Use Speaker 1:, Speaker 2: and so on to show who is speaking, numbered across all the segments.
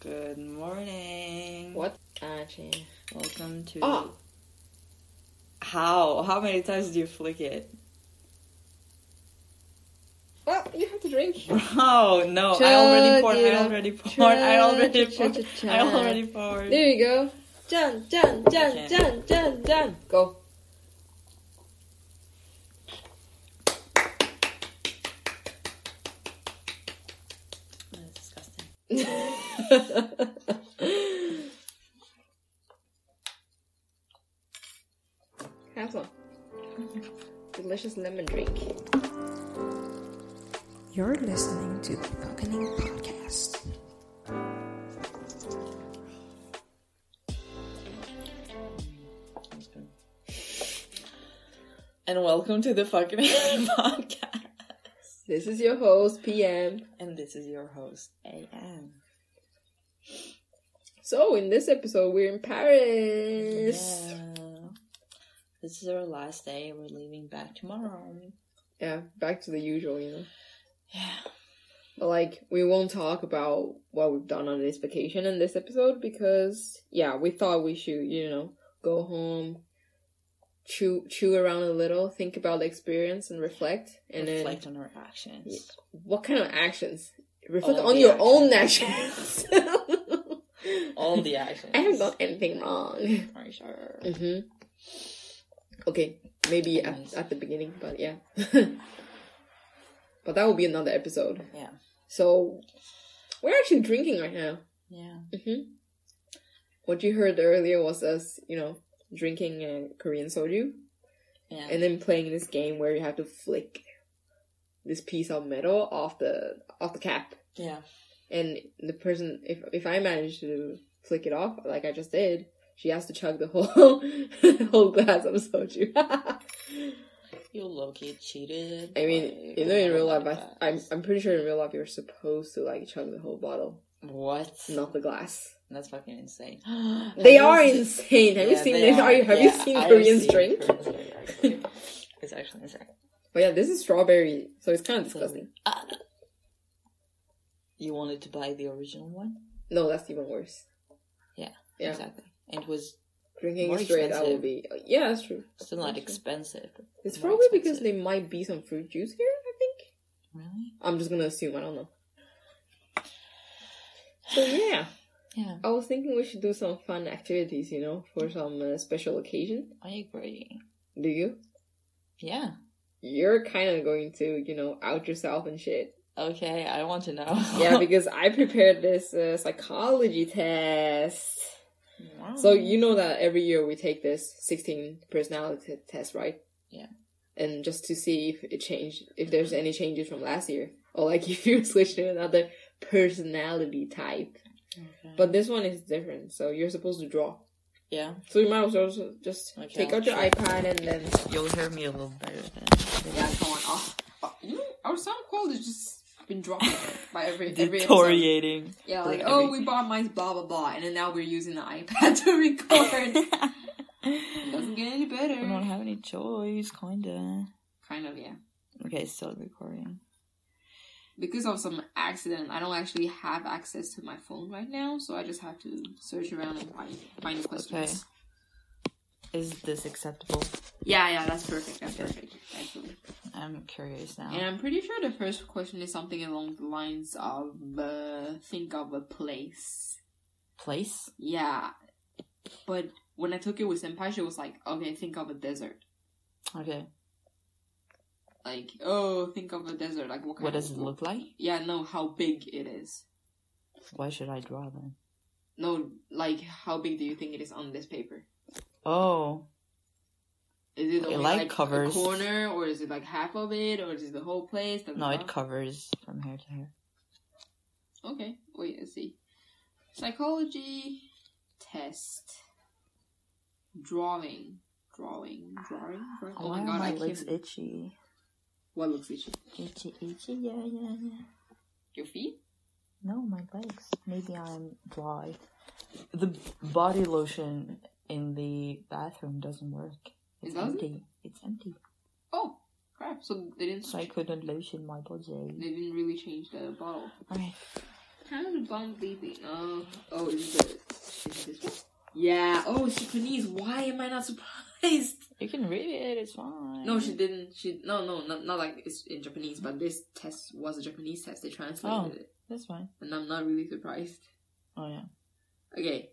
Speaker 1: Good morning.
Speaker 2: What? Actually,
Speaker 1: Welcome to.
Speaker 2: Oh.
Speaker 1: How? How many times do you flick it?
Speaker 2: well, you have to drink.
Speaker 1: Oh no! I already poured. I
Speaker 2: Chadira.
Speaker 1: already poured. I already
Speaker 2: Chad,
Speaker 1: poured.
Speaker 2: chad, chad,
Speaker 1: I
Speaker 2: chad.
Speaker 1: already poured.
Speaker 2: There you go. Done, done, done, done, done, done. Go.
Speaker 1: That's disgusting.
Speaker 2: Have some. Delicious lemon drink.
Speaker 3: You're listening to the Balcony Podcast.
Speaker 1: That's good. And welcome to the fucking podcast.
Speaker 2: This is your host, PM.
Speaker 1: And this is your host, AM.
Speaker 2: So, in this episode, we're in Paris.
Speaker 1: Yeah. This is our last day. We're leaving back tomorrow.
Speaker 2: yeah, back to the usual, you know.
Speaker 1: Yeah.
Speaker 2: But like, we won't talk about what we've done on this vacation in this episode because, yeah, we thought we should, you know, go home, chew chew around a little, think about the experience, and reflect, and
Speaker 1: reflect
Speaker 2: then
Speaker 1: on our actions.
Speaker 2: Yeah. what kind of actions? Reflect
Speaker 1: All
Speaker 2: on
Speaker 1: the
Speaker 2: your own actions.
Speaker 1: All the actions.
Speaker 2: I haven't done anything wrong.
Speaker 1: Are you sure?
Speaker 2: hmm Okay, maybe at,
Speaker 1: Anyways.
Speaker 2: at the beginning, but yeah. but that will be another episode.
Speaker 1: Yeah.
Speaker 2: So, we're actually drinking right now.
Speaker 1: Yeah.
Speaker 2: hmm What you heard earlier was us, you know, drinking uh, Korean soju
Speaker 1: Yeah.
Speaker 2: and then playing this game where you have to flick this piece of metal off the off the cap.
Speaker 1: yeah.
Speaker 2: And the person, if if I manage to flick it off like I just did, she has to chug the whole whole glass of soju.
Speaker 1: You low key cheated.
Speaker 2: I mean, you know, in real life, I, I'm
Speaker 1: am
Speaker 2: I'm pretty sure in real life you're supposed to like chug the whole bottle,
Speaker 1: What?
Speaker 2: not the glass.
Speaker 1: That's fucking insane.
Speaker 2: They
Speaker 1: Have
Speaker 2: are
Speaker 1: you seen-
Speaker 2: insane. Have you
Speaker 1: Yeah,
Speaker 2: seen?
Speaker 1: they
Speaker 2: Them? Are you, have you
Speaker 1: Yeah,
Speaker 2: seen
Speaker 1: I have
Speaker 2: Koreans
Speaker 1: seen
Speaker 2: drink?
Speaker 1: Koreans drink, actually. it's actually insane.
Speaker 2: But yeah, this is strawberry, so it's kind of
Speaker 1: So-
Speaker 2: disgusting.
Speaker 1: Uh, You wanted to buy the original one?
Speaker 2: No, that's even worse. Yeah.
Speaker 1: Exactly. And it was
Speaker 2: Drinking
Speaker 1: More
Speaker 2: it straight out
Speaker 1: expensive.
Speaker 2: would be yeah, that's true.
Speaker 1: still not
Speaker 2: Actually.
Speaker 1: expensive. but
Speaker 2: It's
Speaker 1: more
Speaker 2: probably because
Speaker 1: expensive.
Speaker 2: they might be some fruit juice here. I think
Speaker 1: Really?
Speaker 2: I'm just gonna assume. I don't know. So yeah,
Speaker 1: Yeah.
Speaker 2: I was thinking we should do some fun activities, you know, for some uh, special occasion.
Speaker 1: I agree.
Speaker 2: Do you?
Speaker 1: Yeah.
Speaker 2: You're kind of going to, you know, out yourself and shit.
Speaker 1: Okay, I want to know.
Speaker 2: Yeah, because I prepared this uh, psychology test.
Speaker 1: Wow.
Speaker 2: So you know that every year we take this 16 personality t- test, right?
Speaker 1: Yeah.
Speaker 2: And just to see if it changed, if there's any changes from last year, or like if you switch to another personality type.
Speaker 1: Okay.
Speaker 2: But this one is different, so you're supposed to draw.
Speaker 1: yeah,
Speaker 2: So you might as well just- just
Speaker 1: Okay,
Speaker 2: take
Speaker 1: I'll
Speaker 2: out your
Speaker 1: try.
Speaker 2: iPad and then.
Speaker 1: you'll hear me a little better then.
Speaker 2: Yeah, come on. Oh, our sound quality has just been dropping by every
Speaker 1: Deteriorating.
Speaker 2: Yeah,
Speaker 1: like, Like every- "Oh,
Speaker 2: we bought mice, blah blah blah, and then now we're using the iPad to record.
Speaker 1: I
Speaker 2: get any better.
Speaker 1: don't have any choice, kinda.
Speaker 2: Kind of, yeah.
Speaker 1: Okay, it's still recording.
Speaker 2: Because of some accident, I don't actually have access to my phone right now, so I just have to search around and find find the questions.
Speaker 1: Okay. Is this acceptable?
Speaker 2: Yeah, yeah, that's perfect. That's perfect, actually.
Speaker 1: I'm curious now.
Speaker 2: And I'm pretty sure the first question is something along the lines of uh, think of a place.
Speaker 1: Place?
Speaker 2: Yeah, but when I took it with Senpai, she was like, "Okay, think of a desert."
Speaker 1: Okay.
Speaker 2: Like, oh, think of a desert. Like, what kind?
Speaker 1: What does
Speaker 2: of,
Speaker 1: it look like?
Speaker 2: Yeah, no, how big it is.
Speaker 1: Why should I draw then?
Speaker 2: No, like, how big do you think it is on this paper?
Speaker 1: Oh,
Speaker 2: Is it
Speaker 1: It,
Speaker 2: only
Speaker 1: like,
Speaker 2: like,
Speaker 1: covers-
Speaker 2: a corner, or is it like half of it, or is it the whole place? The
Speaker 1: no, it
Speaker 2: block?
Speaker 1: covers from here to here.
Speaker 2: okay, wait, let's see. Psychology test, drawing, drawing, drawing. drawing. Oh,
Speaker 1: Why
Speaker 2: my
Speaker 1: are
Speaker 2: god, I
Speaker 1: my
Speaker 2: can't.
Speaker 1: legs itchy?
Speaker 2: What looks itchy?
Speaker 1: Itchy, itchy, yeah, yeah, yeah.
Speaker 2: Your feet?
Speaker 1: No, my legs. Maybe I'm dry. The body lotion in the bathroom doesn't work. It's
Speaker 2: It doesn't?
Speaker 1: empty. It's empty.
Speaker 2: Oh crap! So they didn't.
Speaker 1: So I couldn't lotion my body.
Speaker 2: They didn't really change the bottle.
Speaker 1: Alright.
Speaker 2: How do the blonde baby? Oh, oh, is it, is it this one? Yeah. Oh, she Japanese. Why am I not surprised?
Speaker 1: You can read it. It's fine.
Speaker 2: No, she didn't. She no, no, not, not like it's in Japanese, but this test was a Japanese test. They translated
Speaker 1: Oh.
Speaker 2: it,
Speaker 1: That's fine.
Speaker 2: and I'm not really surprised.
Speaker 1: Oh yeah.
Speaker 2: Okay,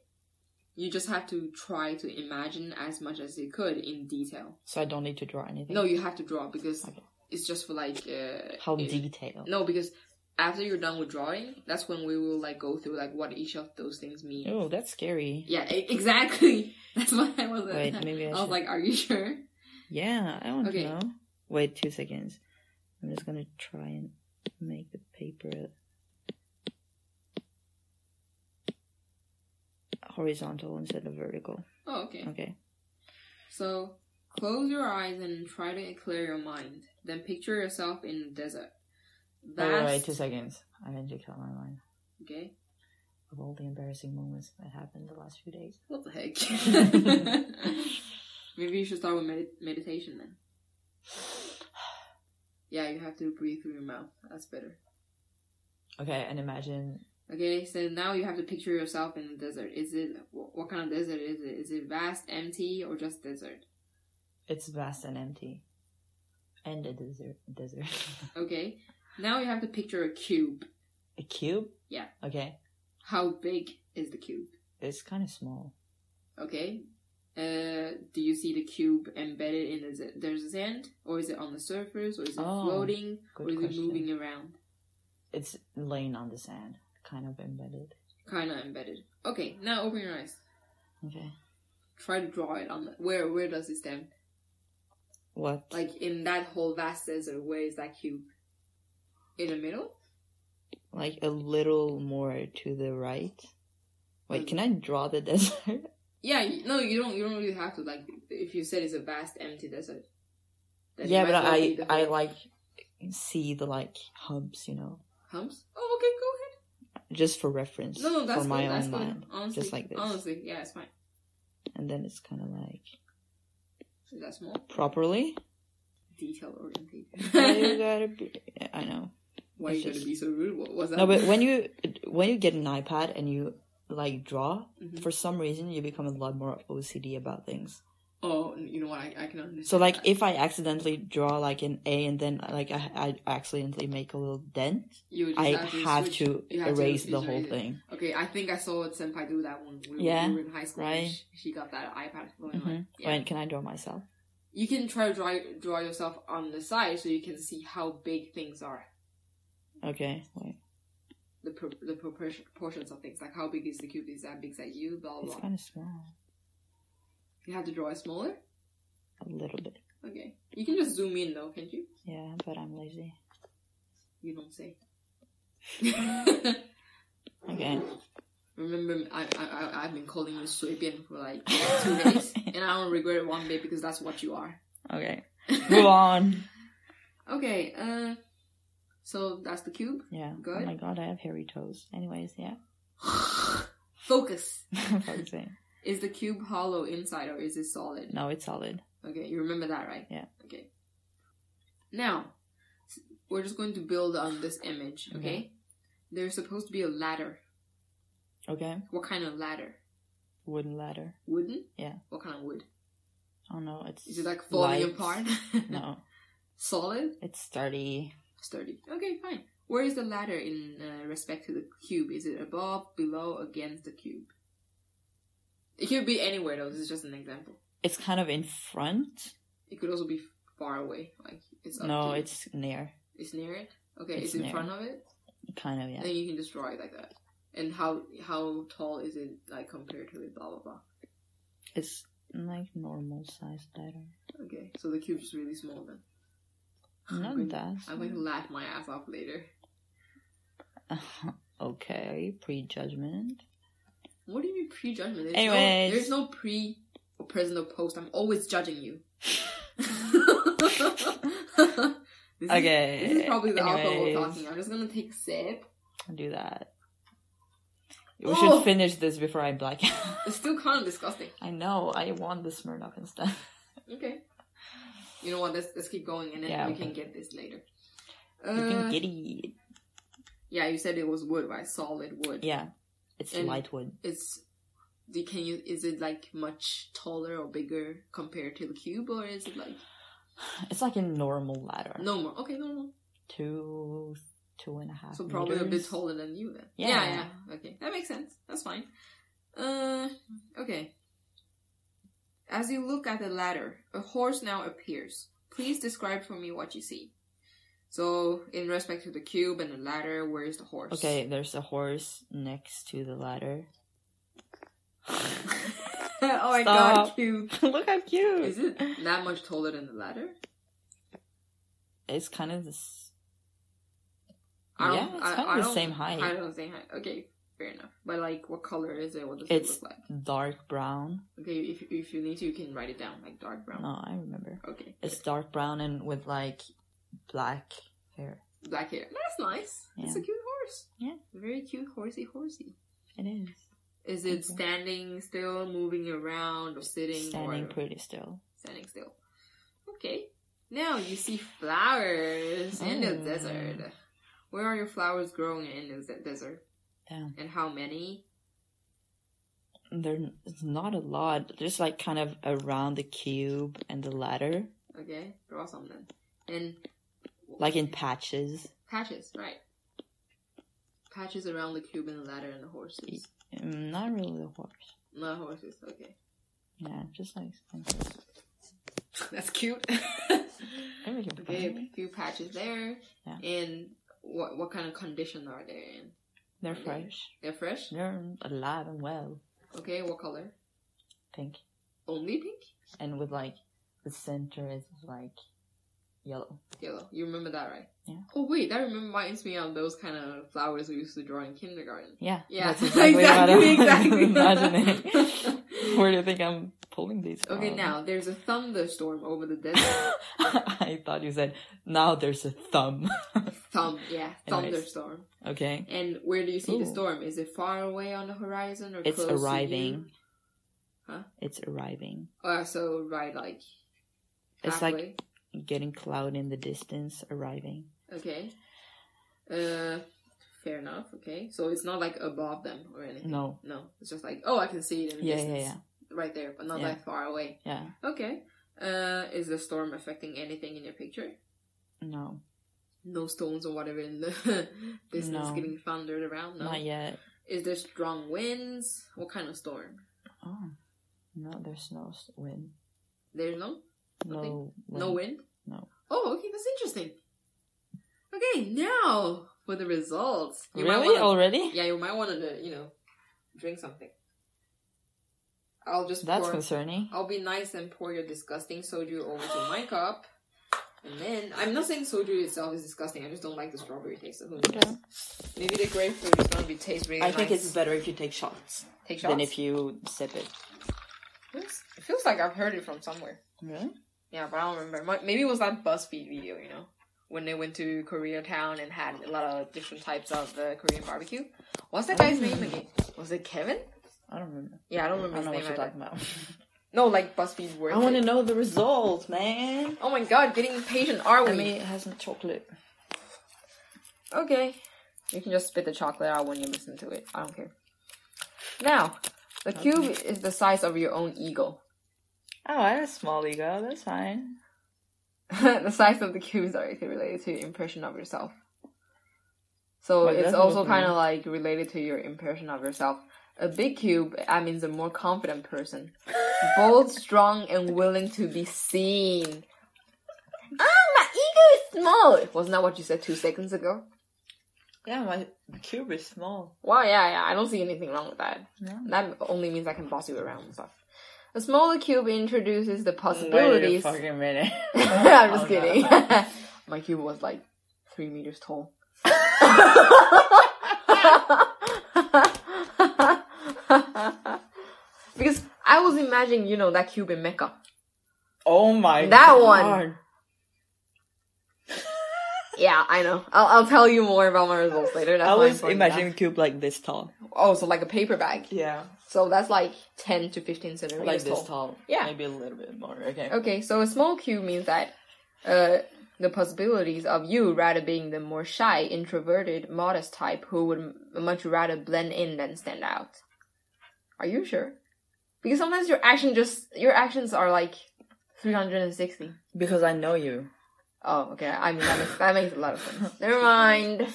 Speaker 2: you just have to try to imagine as much as you could in detail.
Speaker 1: So I don't need to draw anything.
Speaker 2: No, you have to draw because
Speaker 1: Okay.
Speaker 2: it's just for like uh,
Speaker 1: How
Speaker 2: it-
Speaker 1: detailed?
Speaker 2: No, because after you're done with drawing, that's when we will like go through like what each of those things mean.
Speaker 1: Oh, that's scary.
Speaker 2: Yeah, e- exactly. That's why I wasn't.
Speaker 1: Wait, maybe I
Speaker 2: was
Speaker 1: should-
Speaker 2: like, "Are you sure?"
Speaker 1: Yeah, I want
Speaker 2: Okay.
Speaker 1: to know. Wait two seconds. I'm just gonna try and make the paper horizontal instead of vertical.
Speaker 2: Oh, okay.
Speaker 1: Okay.
Speaker 2: So close your eyes and try to clear your mind. Then picture yourself in the desert.
Speaker 1: Alright,
Speaker 2: Vast.
Speaker 1: two seconds. I need to count my mind
Speaker 2: okay.
Speaker 1: of all the embarrassing moments that happened the last few days.
Speaker 2: What the heck? Maybe you should start with med- meditation then. Yeah, you have to breathe through your mouth. That's better.
Speaker 1: Okay, and imagine
Speaker 2: Okay, so now you have to picture yourself in the desert. Is it wh- what kind of desert is it? Is it vast, empty, or just desert?
Speaker 1: it's vast and empty. And a desert desert.
Speaker 2: Okay, now you have to picture a cube.
Speaker 1: a cube?
Speaker 2: Yeah.
Speaker 1: Okay.
Speaker 2: How big is the cube?
Speaker 1: It's kinda small.
Speaker 2: Okay. Uh, do you see the cube embedded in the z- there's sand, or is it on the surface, or is it
Speaker 1: Oh,
Speaker 2: floating,
Speaker 1: good
Speaker 2: or is
Speaker 1: question.
Speaker 2: it moving around?
Speaker 1: It's laying on the sand, kind of embedded.
Speaker 2: Kind of embedded. Okay, now open your eyes.
Speaker 1: Okay.
Speaker 2: Try to draw it on the, where where does it stand?
Speaker 1: What?
Speaker 2: Like in that whole vast desert, where is that cube? In the middle?
Speaker 1: like a little more to the right. Wait, can I draw the desert?
Speaker 2: Yeah, you- no, you don't. You don't really have to like. If you said it's a vast empty desert. then it
Speaker 1: yeah,
Speaker 2: might
Speaker 1: but
Speaker 2: as well
Speaker 1: I
Speaker 2: be the
Speaker 1: I
Speaker 2: whole-
Speaker 1: like see the like hubs, you know,
Speaker 2: humps. Oh, okay, go ahead.
Speaker 1: just for reference
Speaker 2: No, no, that's
Speaker 1: for my
Speaker 2: good. That's
Speaker 1: own
Speaker 2: good.
Speaker 1: mind,
Speaker 2: Honestly,
Speaker 1: just like this.
Speaker 2: Honestly, yeah, it's fine.
Speaker 1: and then it's kind of like
Speaker 2: Is that small?
Speaker 1: properly.
Speaker 2: Detail oriented.
Speaker 1: you gotta be, I know.
Speaker 2: Why are you
Speaker 1: It's
Speaker 2: gonna
Speaker 1: just-
Speaker 2: be so rude? What was that?
Speaker 1: No, but when you when you get an iPad and you like draw,
Speaker 2: Mhm.
Speaker 1: for some reason you become a lot more OCD about things.
Speaker 2: oh, you know what? I, I can understand.
Speaker 1: So like
Speaker 2: that.
Speaker 1: if I accidentally draw like an A and then like I, I accidentally make a little dent,
Speaker 2: you would just
Speaker 1: I have
Speaker 2: switch-
Speaker 1: to
Speaker 2: you have to
Speaker 1: erase the whole
Speaker 2: erase it.
Speaker 1: thing.
Speaker 2: Okay, I think I saw senpai do that when we,
Speaker 1: Yeah,
Speaker 2: we were in high school. and
Speaker 1: right.
Speaker 2: She, she got that iPad going
Speaker 1: hmm
Speaker 2: on. Yeah.
Speaker 1: Wait, can I draw myself?
Speaker 2: You can try to draw draw yourself on the side so you can see how big things are.
Speaker 1: Okay, wait.
Speaker 2: The pro- the proportion- proportions of things like how big is the cube? Is that big? Is that you? Blah
Speaker 1: It's
Speaker 2: blah. blah.
Speaker 1: kind of small.
Speaker 2: You have to draw it smaller.
Speaker 1: A little bit.
Speaker 2: Okay, you can just zoom in though, can't you?
Speaker 1: Yeah, but I'm lazy.
Speaker 2: You don't say.
Speaker 1: Okay.
Speaker 2: Remember, I, I, I- I've been calling you Swebian for like two days, and I don't regret it one bit because that's what you are.
Speaker 1: Okay. Move on.
Speaker 2: okay, uh, so that's the cube.
Speaker 1: Yeah.
Speaker 2: Good.
Speaker 1: Oh my god, I have hairy toes. Anyways, yeah.
Speaker 2: Focus.
Speaker 1: Fuck's sake.
Speaker 2: Is the cube hollow inside or is it solid?
Speaker 1: no, it's solid.
Speaker 2: Okay, you remember that, right?
Speaker 1: Yeah.
Speaker 2: Okay. Now, s- we're just going to build on this image,
Speaker 1: Mm-hmm.
Speaker 2: okay? There's supposed to be a ladder.
Speaker 1: Okay.
Speaker 2: What kind of ladder?
Speaker 1: Wooden ladder.
Speaker 2: Wooden?
Speaker 1: Yeah.
Speaker 2: What kind of wood?
Speaker 1: Oh no, it's.
Speaker 2: Is it like falling
Speaker 1: light.
Speaker 2: apart?
Speaker 1: no,
Speaker 2: Solid?
Speaker 1: it's sturdy.
Speaker 2: Sturdy. Okay, fine. Where is the ladder in uh, respect to the cube? Is it above, below, against the cube? It could be anywhere though. This is just an example.
Speaker 1: It's kind of in front.
Speaker 2: It could also be far away. Like it's up
Speaker 1: No,
Speaker 2: to you.
Speaker 1: it's near.
Speaker 2: it's near it. Okay,
Speaker 1: it's
Speaker 2: it's, in
Speaker 1: near.
Speaker 2: front of it.
Speaker 1: Kind of yeah.
Speaker 2: Then you can just draw it like that. And how how tall is it like compared to it? Blah blah blah.
Speaker 1: It's like normal sized ladder.
Speaker 2: Okay, so the cube is really small then. I'm
Speaker 1: Not
Speaker 2: going-
Speaker 1: that.
Speaker 2: I'm going to laugh my ass off later.
Speaker 1: okay. Prejudgment.
Speaker 2: What do you mean pre-judgment? There's
Speaker 1: Anyways.
Speaker 2: no, there's no pre or present or post. I'm always judging you. This is-
Speaker 1: Okay.
Speaker 2: this is probably the
Speaker 1: anyways.
Speaker 2: alcohol talking. I'm just gonna take a sip.
Speaker 1: do that. We
Speaker 2: Oh!
Speaker 1: should finish this before I black out.
Speaker 2: It's still kind of disgusting.
Speaker 1: I know, I want the Smirnoff and stuff.
Speaker 2: Okay. You know what? Let's let's keep going, and then
Speaker 1: Yeah,
Speaker 2: we
Speaker 1: okay.
Speaker 2: can get this later.
Speaker 1: you
Speaker 2: Uh,
Speaker 1: can get it.
Speaker 2: Yeah, you said it was wood, right? Solid wood.
Speaker 1: Yeah, it's
Speaker 2: And-
Speaker 1: light wood.
Speaker 2: It's. Do, can you? Is it like much taller or bigger compared to the cube, or is it like
Speaker 1: It's like a normal ladder.
Speaker 2: no more? Okay, no more.
Speaker 1: Two, two and a half.
Speaker 2: So probably a bit
Speaker 1: meters.
Speaker 2: taller than you then.
Speaker 1: Yeah.
Speaker 2: yeah, yeah. Okay, that makes sense. That's fine. Uh, okay. As you look at the ladder, a horse now appears. Please describe for me what you see. So, in respect to the cube and the ladder, where is the horse?
Speaker 1: Okay, there's a horse next to the ladder.
Speaker 2: oh my god,
Speaker 1: Stop.
Speaker 2: cube.
Speaker 1: Look how cute!
Speaker 2: Is it that much taller than the ladder?
Speaker 1: It's kind of this.
Speaker 2: I don't,
Speaker 1: Yeah, it's
Speaker 2: I,
Speaker 1: kind of
Speaker 2: I
Speaker 1: the
Speaker 2: don't-
Speaker 1: same height.
Speaker 2: I don't think height. Okay, fair enough. But like, what color is it? What does
Speaker 1: It's
Speaker 2: it look like?
Speaker 1: dark brown.
Speaker 2: Okay, if if you need to, you can write it down, like dark brown.
Speaker 1: No, I remember.
Speaker 2: Okay.
Speaker 1: It's dark brown and with like black hair.
Speaker 2: black hair. That's nice. It's a
Speaker 1: Yeah.
Speaker 2: cute horse.
Speaker 1: Yeah.
Speaker 2: Very cute horsey horsey.
Speaker 1: It is
Speaker 2: Is it
Speaker 1: Mhm.
Speaker 2: standing still, moving around, or sitting
Speaker 1: standing
Speaker 2: or
Speaker 1: pretty still.
Speaker 2: standing still? Okay. Now you see flowers in the
Speaker 1: Oh.
Speaker 2: desert. Where are your flowers growing in the de- desert?
Speaker 1: Damn,
Speaker 2: And how many?
Speaker 1: there's not a lot. Just like kind of around the cube and the ladder,
Speaker 2: Okay, draw some then. And
Speaker 1: like in patches.
Speaker 2: patches, right? Patches around the cube and the ladder and the horses.
Speaker 1: Mm, Not really a horse.
Speaker 2: Not horses, okay.
Speaker 1: Yeah, just like
Speaker 2: That's cute.
Speaker 1: there we go.
Speaker 2: Okay, a few patches there.
Speaker 1: Yeah.
Speaker 2: And what what kind of condition are they in?
Speaker 1: They're fresh.
Speaker 2: They're fresh.
Speaker 1: They're alive and well.
Speaker 2: Okay, what color?
Speaker 1: Pink.
Speaker 2: Only pink,
Speaker 1: and with like the center is like yellow.
Speaker 2: yellow. You remember that, right?
Speaker 1: Yeah.
Speaker 2: Oh wait, that remem- reminds me of those kind of flowers we used to draw in kindergarten.
Speaker 1: Yeah,
Speaker 2: Yeah,
Speaker 1: that's exactly, how
Speaker 2: exactly,
Speaker 1: I imagine
Speaker 2: exactly.
Speaker 1: it. Where do you think I'm pulling these?
Speaker 2: Okay,
Speaker 1: from?
Speaker 2: now there's a thunderstorm over the desert.
Speaker 1: I thought you said now there's a thumb.
Speaker 2: Thumb, yeah,
Speaker 1: Anyways.
Speaker 2: thunderstorm.
Speaker 1: Okay,
Speaker 2: And where do you see the
Speaker 1: Ooh.
Speaker 2: storm? Is it far away on the horizon or
Speaker 1: It's
Speaker 2: close to you?
Speaker 1: arriving.
Speaker 2: Huh?
Speaker 1: it's arriving,
Speaker 2: Uh, so right, like
Speaker 1: It's
Speaker 2: halfway.
Speaker 1: like- getting cloud in the distance, arriving.
Speaker 2: Okay. Uh, fair enough. Okay, so it's not like above them or anything.
Speaker 1: No,
Speaker 2: No, it's just like oh, I can see it in the
Speaker 1: yeah, yeah,
Speaker 2: distance,
Speaker 1: yeah,
Speaker 2: right there, but not
Speaker 1: Yeah.
Speaker 2: that far away.
Speaker 1: yeah.
Speaker 2: Okay. Uh, is the storm affecting anything in your picture?
Speaker 1: No,
Speaker 2: No stones or whatever in the distance
Speaker 1: No.
Speaker 2: getting thundered around. No.
Speaker 1: not yet.
Speaker 2: Is there strong winds? What kind of storm?
Speaker 1: Oh, no, there's no s- wind.
Speaker 2: There's no
Speaker 1: No,
Speaker 2: no wind.
Speaker 1: No.
Speaker 2: Oh, okay, that's interesting. Okay, now for the results. You might
Speaker 1: Really
Speaker 2: wanna-
Speaker 1: already?
Speaker 2: Yeah, you might want to, you know, drink something. I'll just
Speaker 1: That's
Speaker 2: pour.
Speaker 1: concerning.
Speaker 2: I'll be nice and pour your disgusting soju over to my cup. And then I'm not saying soju itself is disgusting. I just don't like the strawberry taste. So who knows?
Speaker 1: Okay.
Speaker 2: Maybe the grapefruit is gonna be taste really
Speaker 1: I think
Speaker 2: nice.
Speaker 1: it's better if you take shots
Speaker 2: take shots.
Speaker 1: than if you sip it.
Speaker 2: Feels- it feels like I've heard it from somewhere.
Speaker 1: Really?
Speaker 2: Yeah, but I don't remember. Mi- Maybe it was that BuzzFeed video, you know, when they went to Koreatown and had a lot of different types of uh, Korean barbecue. What's that guy's name again? Was it Kevin?
Speaker 1: I don't remember.
Speaker 2: Yeah, I don't
Speaker 1: I
Speaker 2: remember
Speaker 1: don't know
Speaker 2: his
Speaker 1: what
Speaker 2: name.
Speaker 1: you're
Speaker 2: either.
Speaker 1: talking about.
Speaker 2: No, like BuzzFeed worth
Speaker 1: I want to
Speaker 2: it.
Speaker 1: know the results, man.
Speaker 2: Oh my god, getting impatient, are we?
Speaker 1: I mean, it has some chocolate.
Speaker 2: okay. You can just spit the chocolate out when you listen to it. I don't care. Now, the cube is the size of your own ego.
Speaker 1: Oh, I have a small ego. That's fine.
Speaker 2: the size of the cube is directly related to your impression of yourself. So
Speaker 1: Wait,
Speaker 2: it's
Speaker 1: that's not
Speaker 2: also
Speaker 1: for
Speaker 2: kind of
Speaker 1: me.
Speaker 2: like related to your impression of yourself. A big cube, that means a more confident person, bold, strong, and willing to be seen. Ah, my ego is small. Wasn't that what you said two seconds ago?
Speaker 1: Yeah, my cube is small.
Speaker 2: Well, yeah, yeah, I don't see anything wrong with that.
Speaker 1: No.
Speaker 2: That only means I can boss you around and stuff. A smaller cube introduces the
Speaker 1: Wait a
Speaker 2: possibilities.
Speaker 1: fucking minute.
Speaker 2: I'm just
Speaker 1: Oh, no.
Speaker 2: kidding. My cube was like three meters tall. because I was imagining, you know, that cube in Mecca.
Speaker 1: Oh my
Speaker 2: That
Speaker 1: god.
Speaker 2: one. Yeah, I know. I'll, I'll tell you more about my results later. That's
Speaker 1: I
Speaker 2: why I'm
Speaker 1: was
Speaker 2: pointing
Speaker 1: imagining a cube like this tall.
Speaker 2: that. Oh, so like a paper bag.
Speaker 1: Yeah.
Speaker 2: So that's like 10 to 15 centimeters
Speaker 1: Like this
Speaker 2: tall.
Speaker 1: tall.
Speaker 2: Yeah.
Speaker 1: Maybe a little bit more. Okay.
Speaker 2: Okay, so a small cube means that uh, the possibilities of you rather being the more shy, introverted, modest type who would m- much rather blend in than stand out. Are you sure? Because sometimes your action just your actions are like 360.
Speaker 1: Because I know you.
Speaker 2: Oh, okay. I mean that makes that makes a lot of sense. Never mind.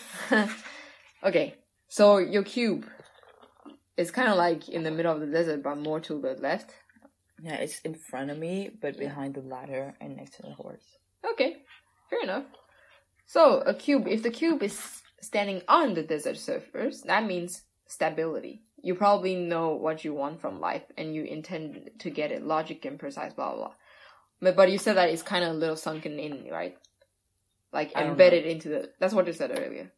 Speaker 2: okay, so your cube is kind of like in the middle of the desert, but more to the left.
Speaker 1: Yeah, it's in front of me, but
Speaker 2: Yeah.
Speaker 1: behind the ladder and next to the horse.
Speaker 2: Okay, fair enough. So, a cube, if the cube is standing on the desert surface, that means stability. You probably know what you want from life and you intend to get it logic and precise, blah, blah, blah. But, but you said that it's kind of a little sunken in, right? Like
Speaker 1: I don't know.
Speaker 2: embedded into the. That's what you said earlier.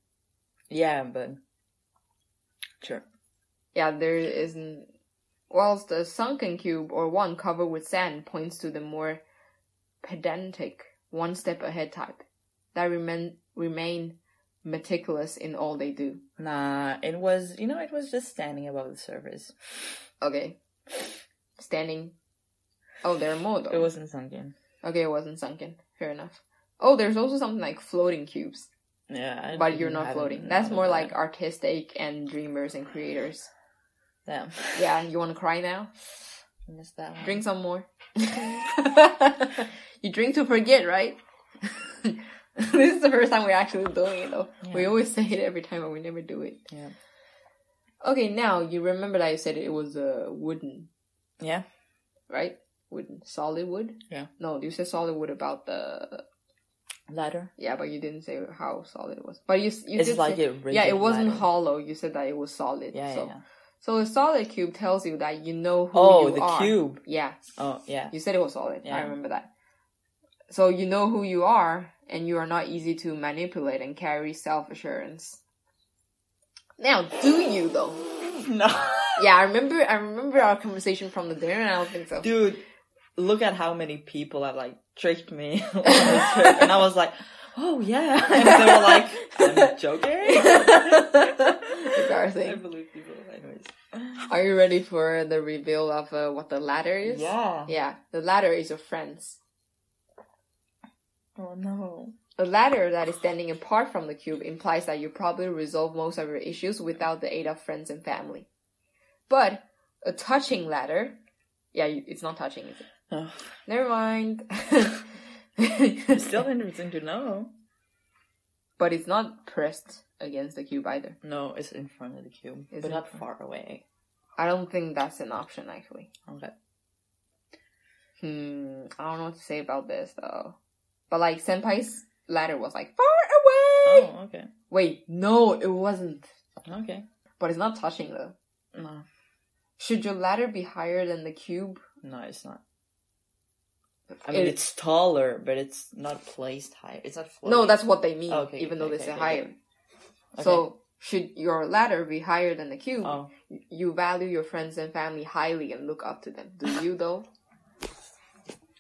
Speaker 1: Yeah, but sure.
Speaker 2: Yeah, there isn't. Whilst the sunken cube or one covered with sand points to the more pedantic, one step ahead type, that remain remain meticulous in all they do.
Speaker 1: Nah, it was you know it was just standing above the surface.
Speaker 2: Okay, standing. Oh, there are more though.
Speaker 1: It wasn't sunken.
Speaker 2: okay, it wasn't sunken. Fair enough. Oh, there's also something like floating cubes,
Speaker 1: Yeah, I
Speaker 2: but you're
Speaker 1: didn't
Speaker 2: not
Speaker 1: have
Speaker 2: floating.
Speaker 1: none
Speaker 2: That's
Speaker 1: of
Speaker 2: more
Speaker 1: that.
Speaker 2: like artistic and dreamers and creators.
Speaker 1: damn.
Speaker 2: Yeah, you want to cry now?
Speaker 1: missed that one.
Speaker 2: Drink some more. you drink to forget, right? this is the first time we're actually doing it though. We
Speaker 1: Yeah.
Speaker 2: always say it every time but we never do it.
Speaker 1: Yeah.
Speaker 2: Okay, now you remember that you said it was uh, wooden,
Speaker 1: Yeah,
Speaker 2: right? Wooden. Solid wood?
Speaker 1: Yeah.
Speaker 2: No, you said solid wood about the
Speaker 1: ladder.
Speaker 2: yeah, but you didn't say how solid it was. But you s- you
Speaker 1: it's
Speaker 2: did
Speaker 1: like
Speaker 2: say,
Speaker 1: it.
Speaker 2: yeah, it wasn't
Speaker 1: ladder.
Speaker 2: hollow. You said that it was solid.
Speaker 1: Yeah,
Speaker 2: so
Speaker 1: yeah, yeah.
Speaker 2: so a solid cube tells you that you know who
Speaker 1: Oh,
Speaker 2: you
Speaker 1: the
Speaker 2: are.
Speaker 1: cube.
Speaker 2: Yeah.
Speaker 1: Oh, yeah.
Speaker 2: You said it was solid. I
Speaker 1: Yeah.
Speaker 2: remember that. So you know who you are, and you are not easy to manipulate and carry self assurance. Now, do you though?
Speaker 1: No,
Speaker 2: Yeah, I remember. I remember our conversation from the dinner, and I don't think so.
Speaker 1: dude, look at how many people have like tricked me on this trip, and I was like, oh yeah, and they were like, I'm joking. I
Speaker 2: Embarrassing.
Speaker 1: believe people, anyways.
Speaker 2: Are you ready for the reveal of uh, what the ladder is?
Speaker 1: Yeah.
Speaker 2: Yeah, the ladder is your friends.
Speaker 1: Oh no.
Speaker 2: The ladder that is standing apart from the cube implies that you probably resolve most of your issues without the aid of friends and family. But a touching ladder, yeah, you- it's not touching, is it?
Speaker 1: Oh,
Speaker 2: Never mind.
Speaker 1: still interesting to know.
Speaker 2: but it's not pressed against the cube either.
Speaker 1: No, it's in front of the cube,
Speaker 2: It's
Speaker 1: but
Speaker 2: in
Speaker 1: not
Speaker 2: front.
Speaker 1: far away.
Speaker 2: I don't think that's an option actually.
Speaker 1: Okay.
Speaker 2: Hmm, I don't know what to say about this though. But like Senpai's ladder was like far away.
Speaker 1: Oh, okay.
Speaker 2: Wait, no, it wasn't.
Speaker 1: Okay.
Speaker 2: But it's not touching though.
Speaker 1: No,
Speaker 2: Should your ladder be higher than the cube?
Speaker 1: no, it's not. I mean,
Speaker 2: It-
Speaker 1: it's taller, but it's not placed higher. It's not. Floating.
Speaker 2: No, that's what they mean,
Speaker 1: Okay,
Speaker 2: even though
Speaker 1: okay,
Speaker 2: they say
Speaker 1: okay, okay.
Speaker 2: higher.
Speaker 1: Okay.
Speaker 2: So, should your ladder be higher than the cube?
Speaker 1: Oh,
Speaker 2: You value your friends and family highly and look up to them. Do you, though?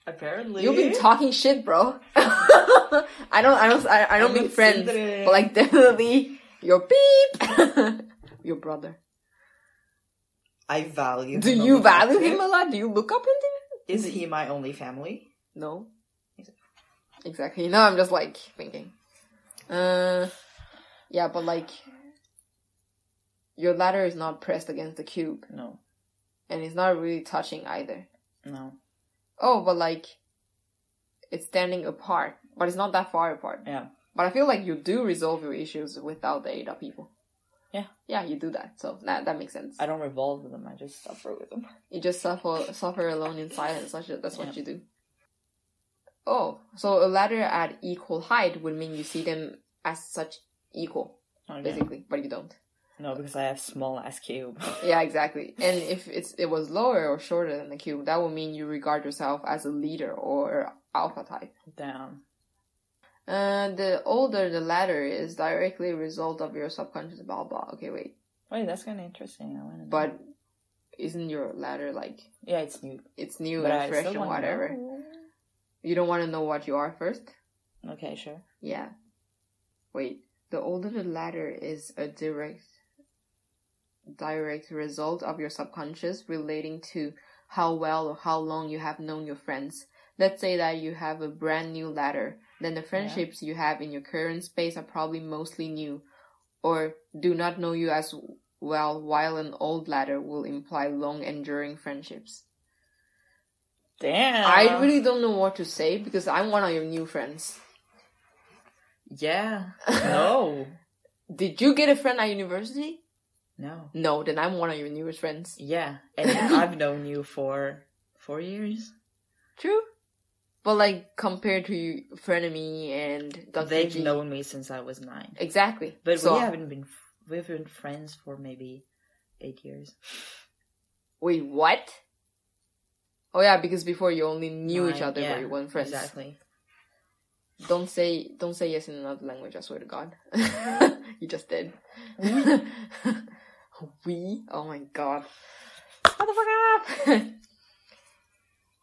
Speaker 1: apparently
Speaker 2: You've been talking shit, bro. I don't, I don't, I, I don't
Speaker 1: I'm
Speaker 2: mean
Speaker 1: not
Speaker 2: friends,
Speaker 1: Sindre.
Speaker 2: but like definitely your beep, your brother.
Speaker 4: I value.
Speaker 2: Do
Speaker 4: him
Speaker 2: you
Speaker 4: over
Speaker 2: value
Speaker 4: Patrick.
Speaker 2: him a lot? Do you look up into him?
Speaker 4: Is he my only family?
Speaker 2: No. Exactly. No, I'm just like thinking. Uh, yeah, but like, your ladder is not pressed against the cube,
Speaker 1: No,
Speaker 2: and it's not really touching either.
Speaker 1: no.
Speaker 2: Oh, but like, it's standing apart, but it's not that far apart.
Speaker 1: Yeah.
Speaker 2: But I feel like you do resolve your issues without the aid of people.
Speaker 1: Yeah.
Speaker 2: Yeah, you do that. So that that makes sense.
Speaker 1: I don't revolve with them. I just suffer with them.
Speaker 2: You just suffer suffer alone in silence. That's just- that's what
Speaker 1: Yeah.
Speaker 2: you do. Oh, so a ladder at equal height would mean you see them as such equal,
Speaker 1: Okay.
Speaker 2: basically, but you don't.
Speaker 1: No, because I have small ass cube.
Speaker 2: Yeah, exactly. And if it's it was lower or shorter than the cube, that would mean you regard yourself as a leader or alpha type.
Speaker 1: Damn.
Speaker 2: Uh, the older the ladder is directly a result of your subconscious blah blah. Okay, wait.
Speaker 1: Wait, that's kind of interesting. I wanna know.
Speaker 2: But isn't your ladder like
Speaker 1: yeah, it's new.
Speaker 2: it's new
Speaker 1: but
Speaker 2: and
Speaker 1: I
Speaker 2: fresh
Speaker 1: still
Speaker 2: and
Speaker 1: wanna
Speaker 2: whatever?
Speaker 1: know.
Speaker 2: Mm-hmm. You don't want to know what you are first?
Speaker 1: Okay, sure.
Speaker 2: Yeah. Wait. The older the ladder is a direct direct result of your subconscious relating to how well or how long you have known your friends. Let's say that you have a brand new ladder then the friendships you have in your current space are probably mostly new or do not know you as well, while an old ladder will imply long enduring friendships.
Speaker 1: Damn.
Speaker 2: I really don't know what to say because I'm one of your new friends.
Speaker 1: Yeah. No.
Speaker 2: Did you get a friend at university?
Speaker 1: no.
Speaker 2: No, then I'm one of your newest friends.
Speaker 1: Yeah. And I've known you for four years.
Speaker 2: True. But like compared to you, frenemy and Dr.
Speaker 1: They've
Speaker 2: G.
Speaker 1: known me since I was nine.
Speaker 2: exactly.
Speaker 1: But
Speaker 2: so,
Speaker 1: we haven't been we've been friends for maybe eight years.
Speaker 2: Wait, what? Oh yeah, because before you only knew each
Speaker 1: Nine,
Speaker 2: other
Speaker 1: yeah,
Speaker 2: but you weren't friends.
Speaker 1: Exactly.
Speaker 2: Don't say don't say yes in another language. I swear to God, you just did. we? Oh my God! Shut the fuck up!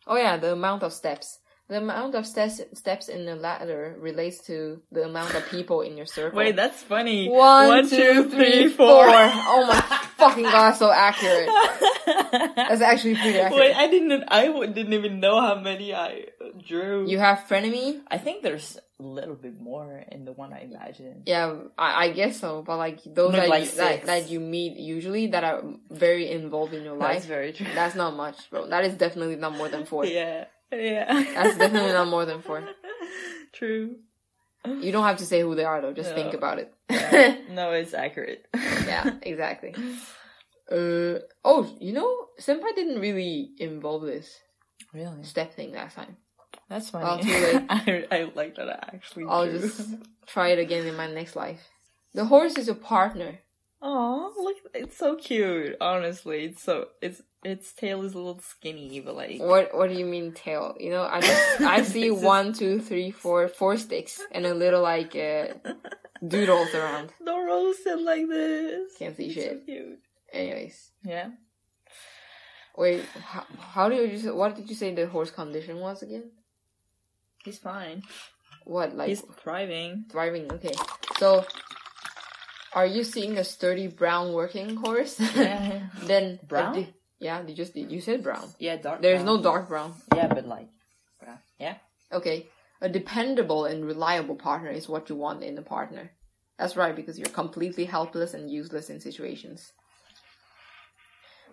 Speaker 2: oh yeah, the amount of steps. The amount of steps steps in the ladder relates to the amount of people in your circle.
Speaker 1: Wait, that's funny.
Speaker 2: One,
Speaker 1: One,
Speaker 2: two, three, four. Oh my fucking god, so accurate. That's actually pretty accurate.
Speaker 1: Wait, I didn't. I w- didn't even know how many I drew.
Speaker 2: You have frenemy?
Speaker 1: I think there's a little bit more in the one I imagined.
Speaker 2: Yeah, I, I guess so. But like those
Speaker 1: Not
Speaker 2: that,
Speaker 1: like
Speaker 2: you, that
Speaker 1: six.
Speaker 2: that you meet usually that are very involved in your life.
Speaker 1: That's very true.
Speaker 2: That's not much, bro. That is definitely not more than four.
Speaker 1: yeah, yeah.
Speaker 2: That's definitely not more than four.
Speaker 1: True.
Speaker 2: You don't have to say who they are though. Just think
Speaker 1: No.
Speaker 2: about it.
Speaker 1: Yeah. No, it's accurate.
Speaker 2: yeah, exactly. Uh oh, you know, Senpai didn't really involve this
Speaker 1: Really?
Speaker 2: step thing last time.
Speaker 1: That's funny.
Speaker 2: Well, too late.
Speaker 1: I, I like that I actually.
Speaker 2: I'll
Speaker 1: drew.
Speaker 2: just try it again in my next life. The horse is a partner.
Speaker 1: Oh, look! It's so cute. Honestly, it's so it's its tail is a little skinny, but like
Speaker 2: What What do you mean tail? You know, I just, I see
Speaker 1: This is-
Speaker 2: one, two, three, four, four sticks and a little like uh, doodles around.
Speaker 1: no rose said like this.
Speaker 2: Can't see
Speaker 1: It's so
Speaker 2: shit.
Speaker 1: cute.
Speaker 2: Anyways,
Speaker 1: Yeah.
Speaker 2: wait, how, how do you? What did you say the horse condition was again?
Speaker 1: He's fine.
Speaker 2: What like
Speaker 1: He's thriving.
Speaker 2: thriving? Okay, so are you seeing a sturdy brown working horse?
Speaker 1: Yeah.
Speaker 2: then a
Speaker 1: Brown?
Speaker 2: di- yeah, you just you said brown.
Speaker 1: yeah, dark.
Speaker 2: There's
Speaker 1: brown.
Speaker 2: no dark brown.
Speaker 1: Yeah, but like, brown. yeah.
Speaker 2: Okay. A dependable and reliable partner is what you want in a partner. That's right, because you're completely helpless and useless in situations.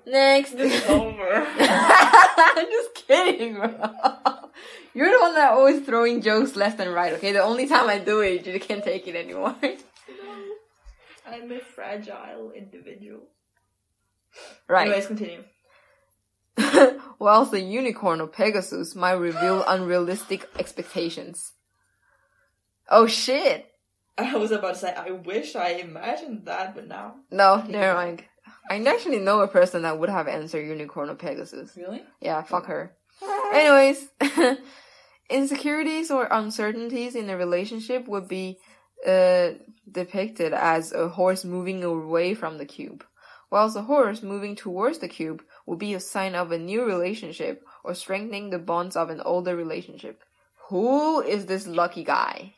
Speaker 2: Next!
Speaker 1: over.
Speaker 2: I'm just kidding, bro. You're the one that always throwing jokes left and right, okay? The only time I do it, you can't take it anymore.
Speaker 1: I'm a fragile individual.
Speaker 2: right.
Speaker 1: continue.
Speaker 2: Whilst the unicorn or Pegasus might reveal unrealistic expectations. Oh shit!
Speaker 1: I was about to say, I wish I imagined that, but now
Speaker 2: No, never mind. I actually know a person that would have answered unicorn or Pegasus.
Speaker 1: really.
Speaker 2: Yeah, fuck her. Anyways, insecurities or uncertainties in a relationship would be uh, depicted as a horse moving away from the cube, whilst a horse moving towards the cube would be a sign of a new relationship or strengthening the bonds of an older relationship. Who is this lucky guy?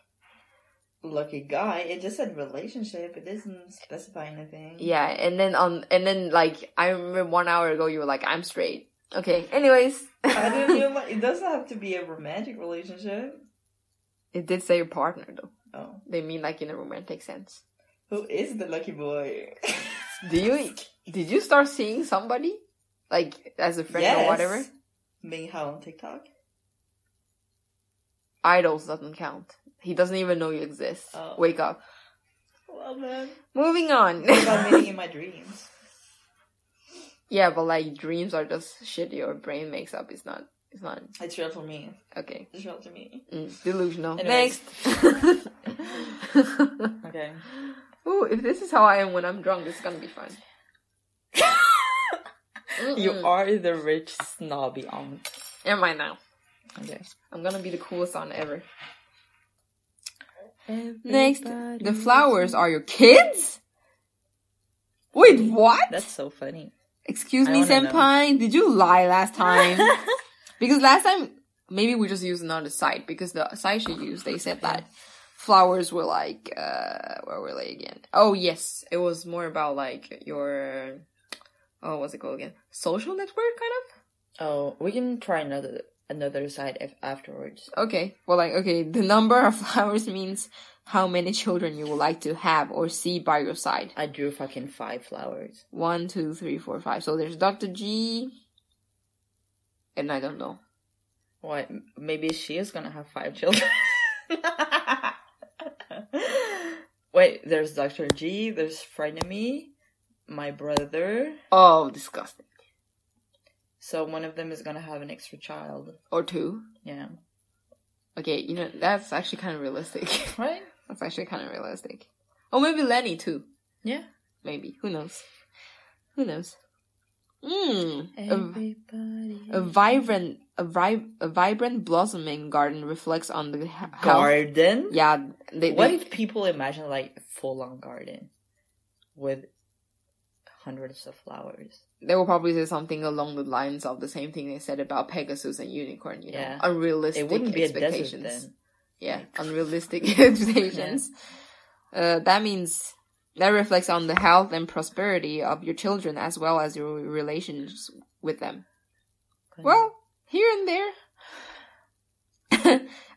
Speaker 4: Lucky guy. It just said relationship. It doesn't specify anything.
Speaker 2: Yeah, and then on, and then like I remember one hour ago you were like, "I'm straight." Okay. Anyways,
Speaker 4: I didn't realize it doesn't have to be a romantic relationship.
Speaker 2: it did say your partner though.
Speaker 4: Oh,
Speaker 2: They mean like in a romantic sense.
Speaker 4: who is the lucky boy?
Speaker 2: Do you did you start seeing somebody like as a friend or whatever?
Speaker 4: Ming Hao on TikTok.
Speaker 2: Idols doesn't count. He doesn't even know you exist.
Speaker 4: Oh.
Speaker 2: Wake up.
Speaker 4: Well then,
Speaker 2: Moving on.
Speaker 4: I got meeting in my dreams.
Speaker 2: yeah, but like dreams are just shit. Your brain makes up. It's not. It's not
Speaker 4: It's real for me.
Speaker 2: okay.
Speaker 4: It's real to me.
Speaker 2: Mm, delusional.
Speaker 1: Anyways.
Speaker 2: Next.
Speaker 1: Okay.
Speaker 2: Ooh, if this is how I am when I'm drunk, it's gonna be fun. Mm-mm.
Speaker 1: You are the rich snobby aunt.
Speaker 2: Am I now?
Speaker 1: Okay.
Speaker 2: I'm gonna be the coolest on ever. Next, the
Speaker 1: Mm-hmm.
Speaker 2: flowers are your kids? Wait, what?
Speaker 1: That's so funny.
Speaker 2: Excuse
Speaker 1: I
Speaker 2: me,
Speaker 1: wanna know.
Speaker 2: senpai. Did you lie last time? because last time, maybe we just used another site because the site she used, they said that flowers were like, uh, where were they again? Oh, yes. It was more about like your, oh, what's it called again? Social network, kind of?
Speaker 1: Oh, we can try another another side af- afterwards.
Speaker 2: Okay. Well, like, okay, the number of flowers means how many children you would like to have or see by your side.
Speaker 1: I drew fucking five flowers.
Speaker 2: One, two, three, four, five. So there's Dr. G, and I don't know.
Speaker 1: Why? m- Maybe she is gonna have five children. Wait, there's Dr. G, there's Frenemy, my brother.
Speaker 2: Oh, disgusting.
Speaker 1: So one of them is gonna have an extra child.
Speaker 2: Or two.
Speaker 1: Yeah.
Speaker 2: Okay, you know, that's actually kind of realistic.
Speaker 1: Right?
Speaker 2: that's actually kind of realistic. Or maybe Lenny, too.
Speaker 1: Yeah.
Speaker 2: Maybe. Who knows? Who knows? Mm. A-
Speaker 1: Everybody.
Speaker 2: A vibrant, a, vib- a vibrant blossoming garden reflects on the ha- health-
Speaker 1: garden?
Speaker 2: Yeah, they,
Speaker 1: What
Speaker 2: they-
Speaker 1: if people imagine like full on garden with hundreds of flowers?
Speaker 2: they will probably say something along the lines of the same thing they said about Pegasus and unicorn. You know,
Speaker 1: Yeah.
Speaker 2: unrealistic
Speaker 1: It wouldn't be a
Speaker 2: expectations.
Speaker 1: desert then.
Speaker 2: Yeah, unrealistic expectations. Uh, that means that reflects on the health and prosperity of your children as well as your relations with them. Well, here and there.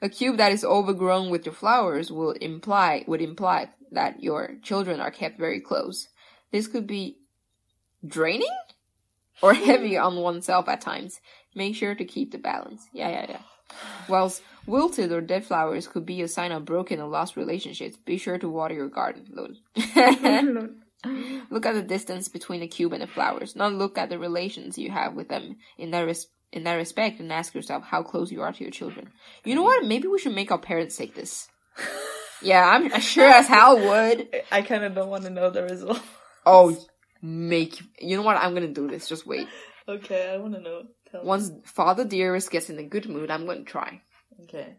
Speaker 2: a cube that is overgrown with your flowers will imply would imply that your children are kept very close. This could be draining or heavy on oneself at times. Make sure to keep the balance. Yeah, yeah, yeah. Whilst wilted or dead flowers could be a sign of broken or lost relationships, be sure to water your garden. Lol. Look at the distance between the cube and the flowers. Now look at the relations you have with them in that res- in that respect, and ask yourself how close you are to your children. You know what? Maybe we should make our parents take this. yeah, I'm sure as hell would.
Speaker 1: I kind of don't want to know the result.
Speaker 2: Oh, make you know what? I'm gonna do this. Just wait.
Speaker 1: okay, I want to know. Tell me.
Speaker 2: Once Father Dearest gets in a good mood, I'm gonna try.
Speaker 1: Okay,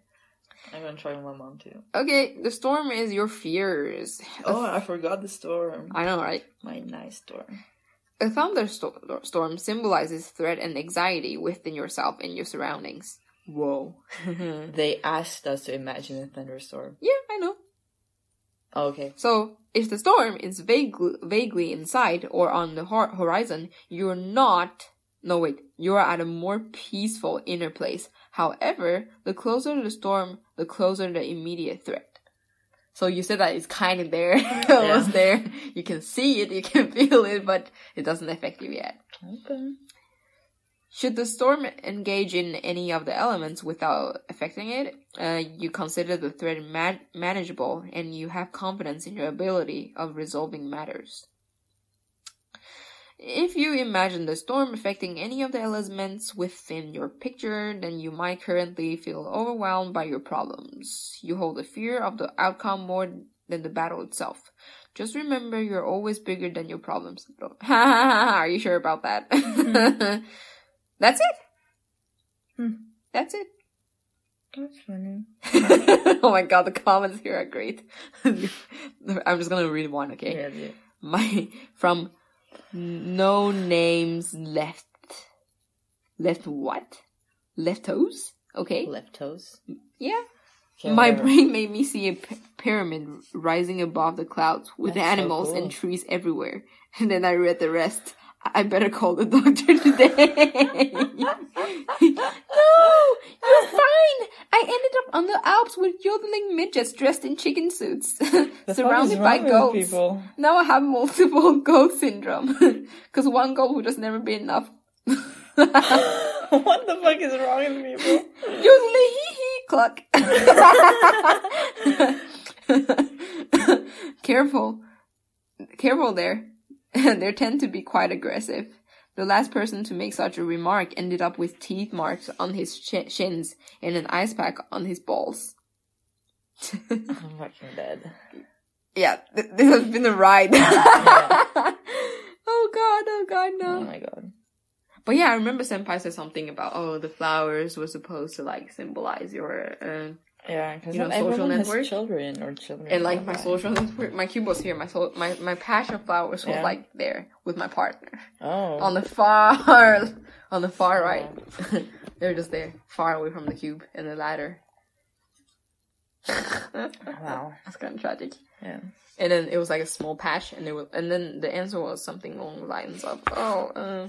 Speaker 1: I'm gonna try with my mom too.
Speaker 2: Okay, the storm is your fears.
Speaker 1: Oh, I forgot the storm.
Speaker 2: I know, right?
Speaker 1: My nice storm.
Speaker 2: A thunderstorm symbolizes threat and anxiety within yourself and your surroundings. Whoa. yeah,
Speaker 1: They asked us to imagine a thunderstorm. Oh,
Speaker 2: I know.
Speaker 1: Okay.
Speaker 2: So, if the storm is vaguely, vaguely in sight or on the hor- horizon, you're not. No, wait. You're at a more peaceful inner place. However, the closer the storm, the closer the immediate threat. So you said that it's kind of there, almost there. You can see it, you can feel it, but it doesn't affect you yet.
Speaker 1: Okay.
Speaker 2: Should the storm engage in any of the elements without affecting it, uh, you consider the threat man- manageable and you have confidence in your ability of resolving matters. If you imagine the storm affecting any of the elements within your picture, then you might currently feel overwhelmed by your problems. You hold a fear of the outcome more than the battle itself. Just remember you're always bigger than your problems. Are you sure about that? That's it.
Speaker 1: Hmm.
Speaker 2: That's it.
Speaker 1: That's funny.
Speaker 2: oh my god, the comments here are great. I'm just gonna read one, okay?
Speaker 1: Yeah, dude.
Speaker 2: My from no names left. Left what? Left toes? Okay.
Speaker 1: Left toes.
Speaker 2: Yeah.
Speaker 1: Okay,
Speaker 2: My
Speaker 1: whatever.
Speaker 2: brain made me see a p- pyramid rising above the clouds with
Speaker 1: That's so
Speaker 2: animals
Speaker 1: cool.
Speaker 2: and trees everywhere. And then I read the rest. I I better call the doctor today.
Speaker 1: Ah,
Speaker 2: no, you're fine. I ended up on the Alps with yodeling midgets dressed in chicken suits,
Speaker 1: The fuck
Speaker 2: surrounded
Speaker 1: is
Speaker 2: by
Speaker 1: wrong with
Speaker 2: goats.
Speaker 1: People.
Speaker 2: Now I have multiple goat syndrome because one goat would just never be enough.
Speaker 1: what the fuck is wrong with people?
Speaker 2: Yodeling hee hee cluck. Careful. Careful there. they tend to be quite aggressive. The last person to make such a remark ended up with teeth marks on his sh- shins and an ice pack on his balls.
Speaker 1: I'm fucking dead.
Speaker 2: Yeah, th- this has been a ride. oh god, oh god,
Speaker 1: Oh
Speaker 2: no.
Speaker 1: my god.
Speaker 2: But yeah, I remember Senpai said something about, oh, the flowers were supposed to like symbolize your, uh,
Speaker 1: Yeah, because
Speaker 2: You know,
Speaker 1: not
Speaker 2: social
Speaker 1: everyone
Speaker 2: network?
Speaker 1: has children or children.
Speaker 2: and like my
Speaker 1: online.
Speaker 2: social network, my cube was here. My soul, my my passion flowers was
Speaker 1: Yeah.
Speaker 2: like there with my partner
Speaker 1: Oh.
Speaker 2: on the far on the far right. They're just there, far away from the cube and the ladder. That's
Speaker 1: wow.
Speaker 2: kind of tragic.
Speaker 1: Yeah.
Speaker 2: And then it was like a small patch, and it was, and then the answer uh, was something along the lines of, "Oh, uh,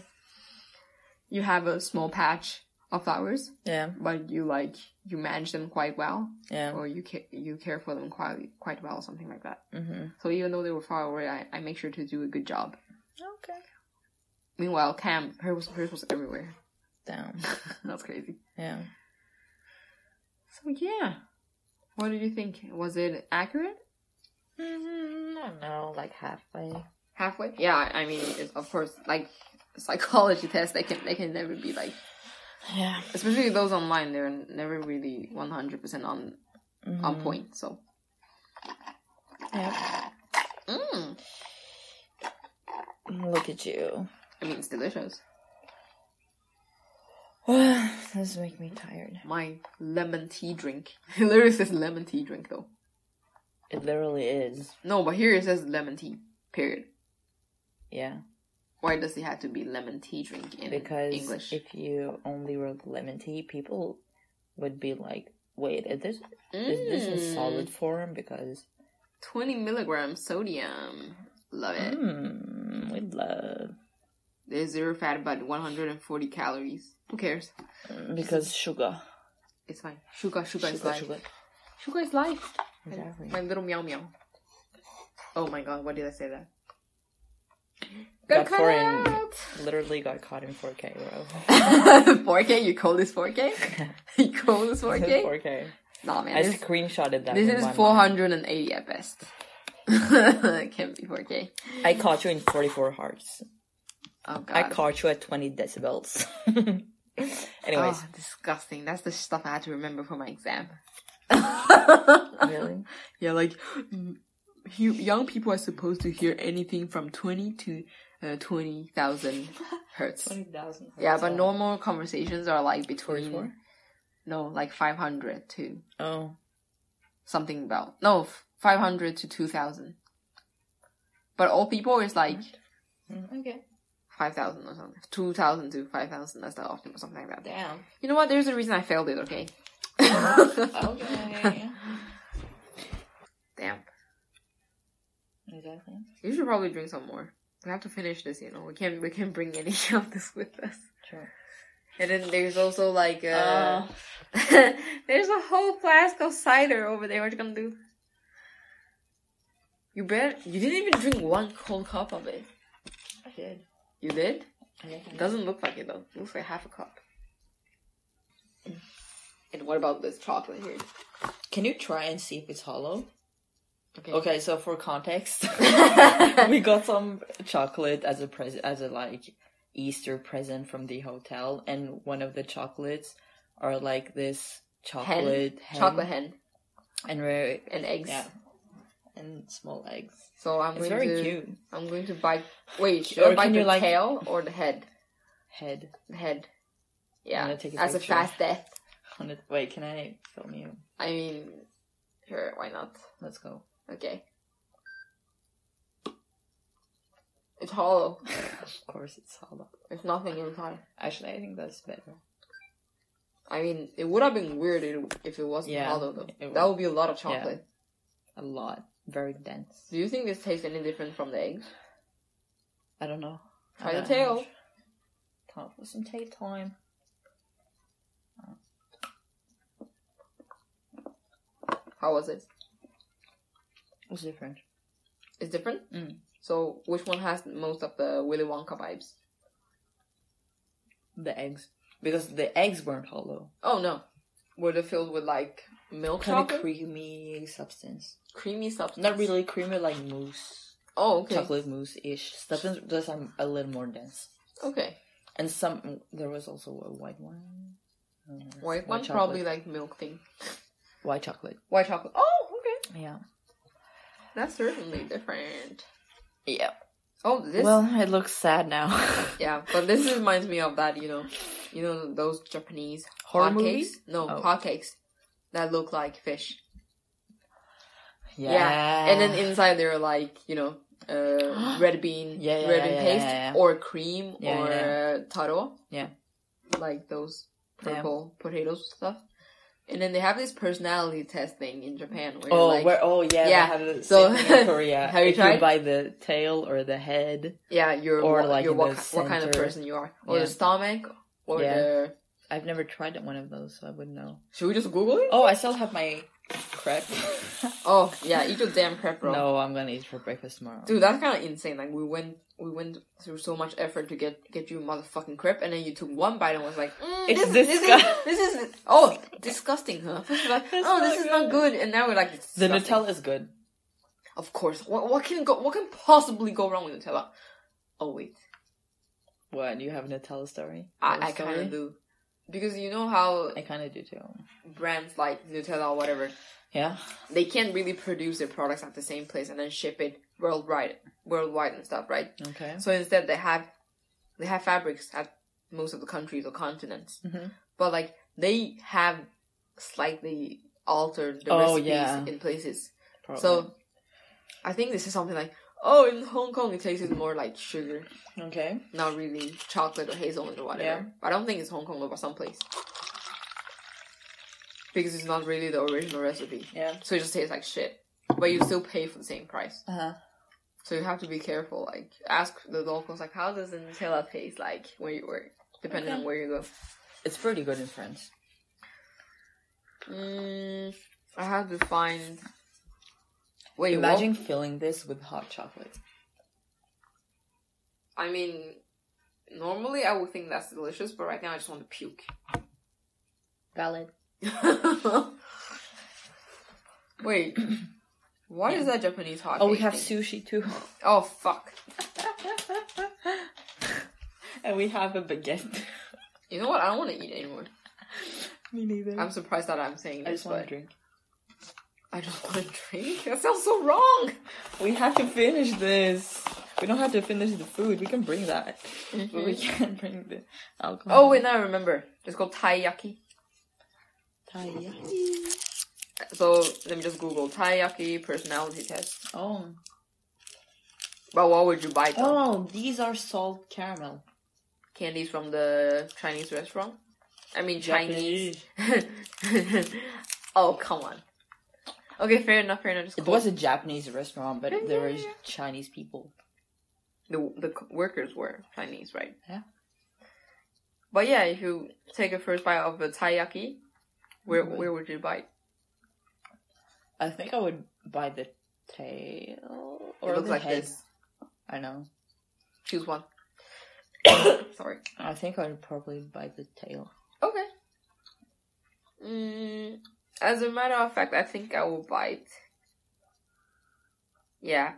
Speaker 2: you have a small patch of flowers,
Speaker 1: Yeah.
Speaker 2: but you like you manage them quite well,
Speaker 1: Yeah.
Speaker 2: or you ca- you care for them quite quite well, something like that.
Speaker 1: Mm-hmm.
Speaker 2: So even though they were far away, I, I make sure to do a good job.
Speaker 1: Okay.
Speaker 2: Meanwhile, Cam, hers was, hers was everywhere.
Speaker 1: Down.
Speaker 2: That's crazy.
Speaker 1: Yeah.
Speaker 2: So yeah, what did you think? Was it accurate?
Speaker 1: Mm, I don't know, like halfway.
Speaker 2: Halfway? Yeah, I mean, it's, of course, like psychology tests, they can they can never be like,
Speaker 1: Yeah.
Speaker 2: especially those online, they're never really one hundred percent on on
Speaker 1: Mhm.
Speaker 2: point. So.
Speaker 1: Yeah.
Speaker 2: Mm.
Speaker 1: Look at you.
Speaker 2: I mean, it's delicious.
Speaker 1: this make me tired.
Speaker 2: My lemon tea drink. It literally says lemon tea drink, though.
Speaker 1: It literally is.
Speaker 2: No, but here it says lemon tea. Period.
Speaker 1: Yeah.
Speaker 2: Why does it have to be lemon tea drink in
Speaker 1: Because
Speaker 2: English?
Speaker 1: if you only wrote lemon tea, people would be like, wait, is this, is this in
Speaker 2: Mm.
Speaker 1: solid form? Because
Speaker 2: 20 milligrams sodium. Love it.
Speaker 1: mm, we love.
Speaker 2: There's zero fat, but 140 calories. Who cares?
Speaker 1: Because sugar.
Speaker 2: It's fine. Sugar, sugar, is
Speaker 1: Sugar,
Speaker 2: life. Sugar.
Speaker 1: sugar.
Speaker 2: is life.
Speaker 1: Exactly.
Speaker 2: My little meow meow. Oh my god, why did I say that?
Speaker 1: Got
Speaker 2: Got
Speaker 1: foreign-
Speaker 2: cut
Speaker 1: Literally got caught in 4K, bro.
Speaker 2: out. 4K? You call this 4K? you call this 4K?
Speaker 1: 4K.
Speaker 2: Nah, man.
Speaker 1: I
Speaker 2: This,
Speaker 1: screenshotted that.
Speaker 2: this
Speaker 1: with
Speaker 2: is
Speaker 1: my mom.
Speaker 2: 480 at best. it can't be 4K.
Speaker 1: I caught you in 44 hearts.
Speaker 2: Oh god.
Speaker 1: I caught you at 20 decibels. Anyways.
Speaker 2: Oh, disgusting. That's the stuff I had to remember for my exam. Ah.
Speaker 1: Really?
Speaker 2: Yeah, like you, young people are supposed to hear anything from 20 to uh, 20,000 hertz.
Speaker 4: 20,000.
Speaker 2: Yeah, but normal conversations are like between
Speaker 1: 44?
Speaker 2: no, like 500 to
Speaker 1: Oh.
Speaker 2: something about no, f- 500 to 2,000. But all people is like
Speaker 4: Mm, Okay.
Speaker 2: 5,000 or something. 2,000 to 5,000, that's the optimum, something like that.
Speaker 4: Damn.
Speaker 2: You know what? There's a reason I failed it, okay?
Speaker 4: Okay.
Speaker 2: Damn.
Speaker 4: exactly.
Speaker 2: You should probably drink some more. We have to finish this, you know. We can't we can't bring any of this with us.
Speaker 1: Sure.
Speaker 2: And then there's also like uh,
Speaker 4: Uh,
Speaker 2: there's a whole flask of cider over there. What you gonna do? You bet you didn't even drink one whole cup of it.
Speaker 4: I did.
Speaker 2: You did?
Speaker 4: I
Speaker 2: It doesn't look like it though. It looks like half a cup. And what about this chocolate here?
Speaker 1: Can you try and see if it's hollow?
Speaker 2: Okay.
Speaker 1: Okay, so for context, we got some chocolate as a present, as a like Easter present from the hotel, and one of the chocolates are like this chocolate hen,
Speaker 2: Chocolate hen
Speaker 1: and very
Speaker 2: and eggs.
Speaker 1: yeah, and small eggs.
Speaker 2: So I'm
Speaker 1: it's
Speaker 2: going
Speaker 1: very
Speaker 2: to
Speaker 1: cute.
Speaker 2: I'm going to bite. Wait, should
Speaker 1: Or
Speaker 2: I bite
Speaker 1: can
Speaker 2: the
Speaker 1: you, like-
Speaker 2: tail or the head?
Speaker 1: Head
Speaker 2: The head. Yeah,
Speaker 1: gonna take a
Speaker 2: as a
Speaker 1: picture.
Speaker 2: fast death.
Speaker 1: on it. Wait, can I film you?
Speaker 2: I mean, sure, why not?
Speaker 1: Let's go.
Speaker 2: Okay. It's hollow.
Speaker 1: of course, it's hollow.
Speaker 2: There's nothing inside.
Speaker 1: Actually, I think that's better.
Speaker 2: I mean, it would have been weird it- if it wasn't
Speaker 1: Yeah,
Speaker 2: hollow though.
Speaker 1: it would.
Speaker 2: That would be a lot of chocolate.
Speaker 1: A lot, very dense.
Speaker 2: Do you think this tastes any different from the eggs?
Speaker 1: I don't know.
Speaker 2: Try
Speaker 1: I
Speaker 2: the
Speaker 1: don't
Speaker 2: tail.
Speaker 1: know. Time for some tea time.
Speaker 2: How was it?
Speaker 1: What's different?
Speaker 2: It's different.
Speaker 1: Mm.
Speaker 2: So, which one has most of the Willy Wonka vibes?
Speaker 1: The eggs. Because the eggs weren't hollow.
Speaker 2: Oh no, were they filled with like milk
Speaker 1: Kind of
Speaker 2: chocolate?
Speaker 1: creamy substance.
Speaker 2: creamy substance.
Speaker 1: Not really creamy, like mousse.
Speaker 2: Oh, okay.
Speaker 1: Chocolate mousse ish. Substance just um, a little more dense.
Speaker 2: Okay.
Speaker 1: And some. There was also a white one. I don't know.
Speaker 2: White one
Speaker 1: chocolate.
Speaker 2: probably like milk thing.
Speaker 1: White chocolate.
Speaker 2: White chocolate. Oh, okay.
Speaker 1: Yeah.
Speaker 2: That's certainly different.
Speaker 1: Yeah.
Speaker 2: Oh, this.
Speaker 1: Well, it looks sad now.
Speaker 2: yeah, but this reminds me of that. You know, you know those Japanese
Speaker 1: Horror
Speaker 2: hot
Speaker 1: movies?
Speaker 2: cakes. No,
Speaker 1: Oh.
Speaker 2: hot cakes that look like fish.
Speaker 1: Yeah.
Speaker 2: Yeah.
Speaker 1: Ah.
Speaker 2: And then inside they're like you know. Uh, red bean,
Speaker 1: Yeah, yeah,
Speaker 2: red
Speaker 1: yeah,
Speaker 2: bean
Speaker 1: yeah,
Speaker 2: paste,
Speaker 1: yeah, yeah.
Speaker 2: or cream,
Speaker 1: Yeah,
Speaker 2: or
Speaker 1: yeah,
Speaker 2: Uh, taro.
Speaker 1: Yeah.
Speaker 2: like those
Speaker 1: Yeah.
Speaker 2: purple potatoes stuff. And then they have this personality test thing in Japan where
Speaker 1: Oh,
Speaker 2: like,
Speaker 1: where, oh yeah,
Speaker 2: yeah,
Speaker 1: yeah. Have the
Speaker 2: so-
Speaker 1: same thing in Korea.
Speaker 2: Have you
Speaker 1: if
Speaker 2: tried?
Speaker 1: you buy the tail or the head,
Speaker 2: Yeah, you're
Speaker 1: Or,
Speaker 2: what,
Speaker 1: like,
Speaker 2: you're
Speaker 1: in
Speaker 2: what,
Speaker 1: the
Speaker 2: ki- what kind of
Speaker 1: center.
Speaker 2: person you are, or
Speaker 1: Yeah.
Speaker 2: the stomach, or
Speaker 1: Yeah.
Speaker 2: the
Speaker 1: I've never tried one of those, so I wouldn't know.
Speaker 2: Should we just Google it?
Speaker 1: Oh, I still have my crepe.
Speaker 2: Oh yeah, eat your damn crap, bro.
Speaker 1: no, I'm gonna eat for breakfast tomorrow.
Speaker 2: Dude, that's kind of insane. Like we went, we went through so much effort to get get you motherfucking crepe, and then you took one bite and was like, mm,
Speaker 1: It's
Speaker 2: this, is-
Speaker 1: disgust-
Speaker 2: this, is, this is oh disgusting, huh? Like,
Speaker 1: That's
Speaker 2: oh, this
Speaker 1: not
Speaker 2: is not good. And now we're like, it's
Speaker 1: the
Speaker 2: disgusting.
Speaker 1: Nutella is good.
Speaker 2: Of course. What what can go? What can possibly go wrong with Nutella? Oh wait,
Speaker 1: What? You have a Nutella story? Or a
Speaker 2: I, I kind
Speaker 1: story?
Speaker 2: of do, because you know how
Speaker 1: I kind of do too.
Speaker 2: brands like Nutella or whatever
Speaker 1: Yeah.
Speaker 2: they can't really produce their products at the same place and then ship it worldwide, worldwide and stuff, right?
Speaker 1: Okay.
Speaker 2: So instead, they have they have fabrics at most of the countries or continents,
Speaker 1: Mhm.
Speaker 2: but like they have slightly altered the
Speaker 1: Oh,
Speaker 2: recipes
Speaker 1: yeah.
Speaker 2: in places.
Speaker 1: Probably.
Speaker 2: So I think this is something like oh, in Hong Kong it tastes more like sugar,
Speaker 1: okay.
Speaker 2: not really chocolate or hazelnut or whatever. I don't think it's Hong Kong but someplace because it's not really the original recipe,
Speaker 1: Yeah.
Speaker 2: so it just tastes like shit. But you still pay for the same price.
Speaker 1: Uh huh.
Speaker 2: So you have to be careful. Like, ask the locals, like, how does the Nutella taste like where you work? Depending
Speaker 1: Okay.
Speaker 2: on where you go.
Speaker 1: It's pretty good in France.
Speaker 2: Mm, I have to find. Wait,
Speaker 1: Imagine
Speaker 2: imagine.
Speaker 1: filling this with hot chocolate.
Speaker 2: I mean, normally I would think that's delicious, but right now I just want to puke.
Speaker 1: Valid.
Speaker 2: Wait, what is that Japanese hot?
Speaker 1: Oh, we
Speaker 2: cake
Speaker 1: have
Speaker 2: thing?
Speaker 1: sushi too.
Speaker 2: Oh fuck!
Speaker 1: and we have a baguette.
Speaker 2: You know what? I don't want to eat anymore.
Speaker 1: Me neither.
Speaker 2: I'm surprised that I'm saying
Speaker 1: I
Speaker 2: this,
Speaker 1: just want to
Speaker 2: but
Speaker 1: drink.
Speaker 2: I don't want to drink. That sounds so wrong.
Speaker 1: We have to finish this. We don't have to finish the food. We can bring that, but we can't bring the alcohol.
Speaker 2: Oh wait, now I remember. It's called taiyaki.
Speaker 1: Taiyaki.
Speaker 2: So let me just Google taiyaki personality test.
Speaker 1: Oh.
Speaker 2: But what would you buy? though?
Speaker 1: Oh, these are salt caramel.
Speaker 2: Candies from the Chinese restaurant. I mean Chinese. oh come on. Okay, fair enough. Fair enough. It's
Speaker 1: It
Speaker 2: cool.
Speaker 1: was a Japanese restaurant, but there was Chinese people.
Speaker 2: the the workers were Chinese, right?
Speaker 1: Yeah.
Speaker 2: But yeah, if you take a first bite of a taiyaki, where
Speaker 1: Mhm.
Speaker 2: where would you bite?
Speaker 1: I think I would buy the tail or
Speaker 2: it looks
Speaker 1: the
Speaker 2: like
Speaker 1: head.
Speaker 2: this.
Speaker 1: I know.
Speaker 2: Choose one. Sorry.
Speaker 1: I think I would probably buy the tail.
Speaker 2: Okay. Mm, as a matter of fact, I think I will bite. Yeah,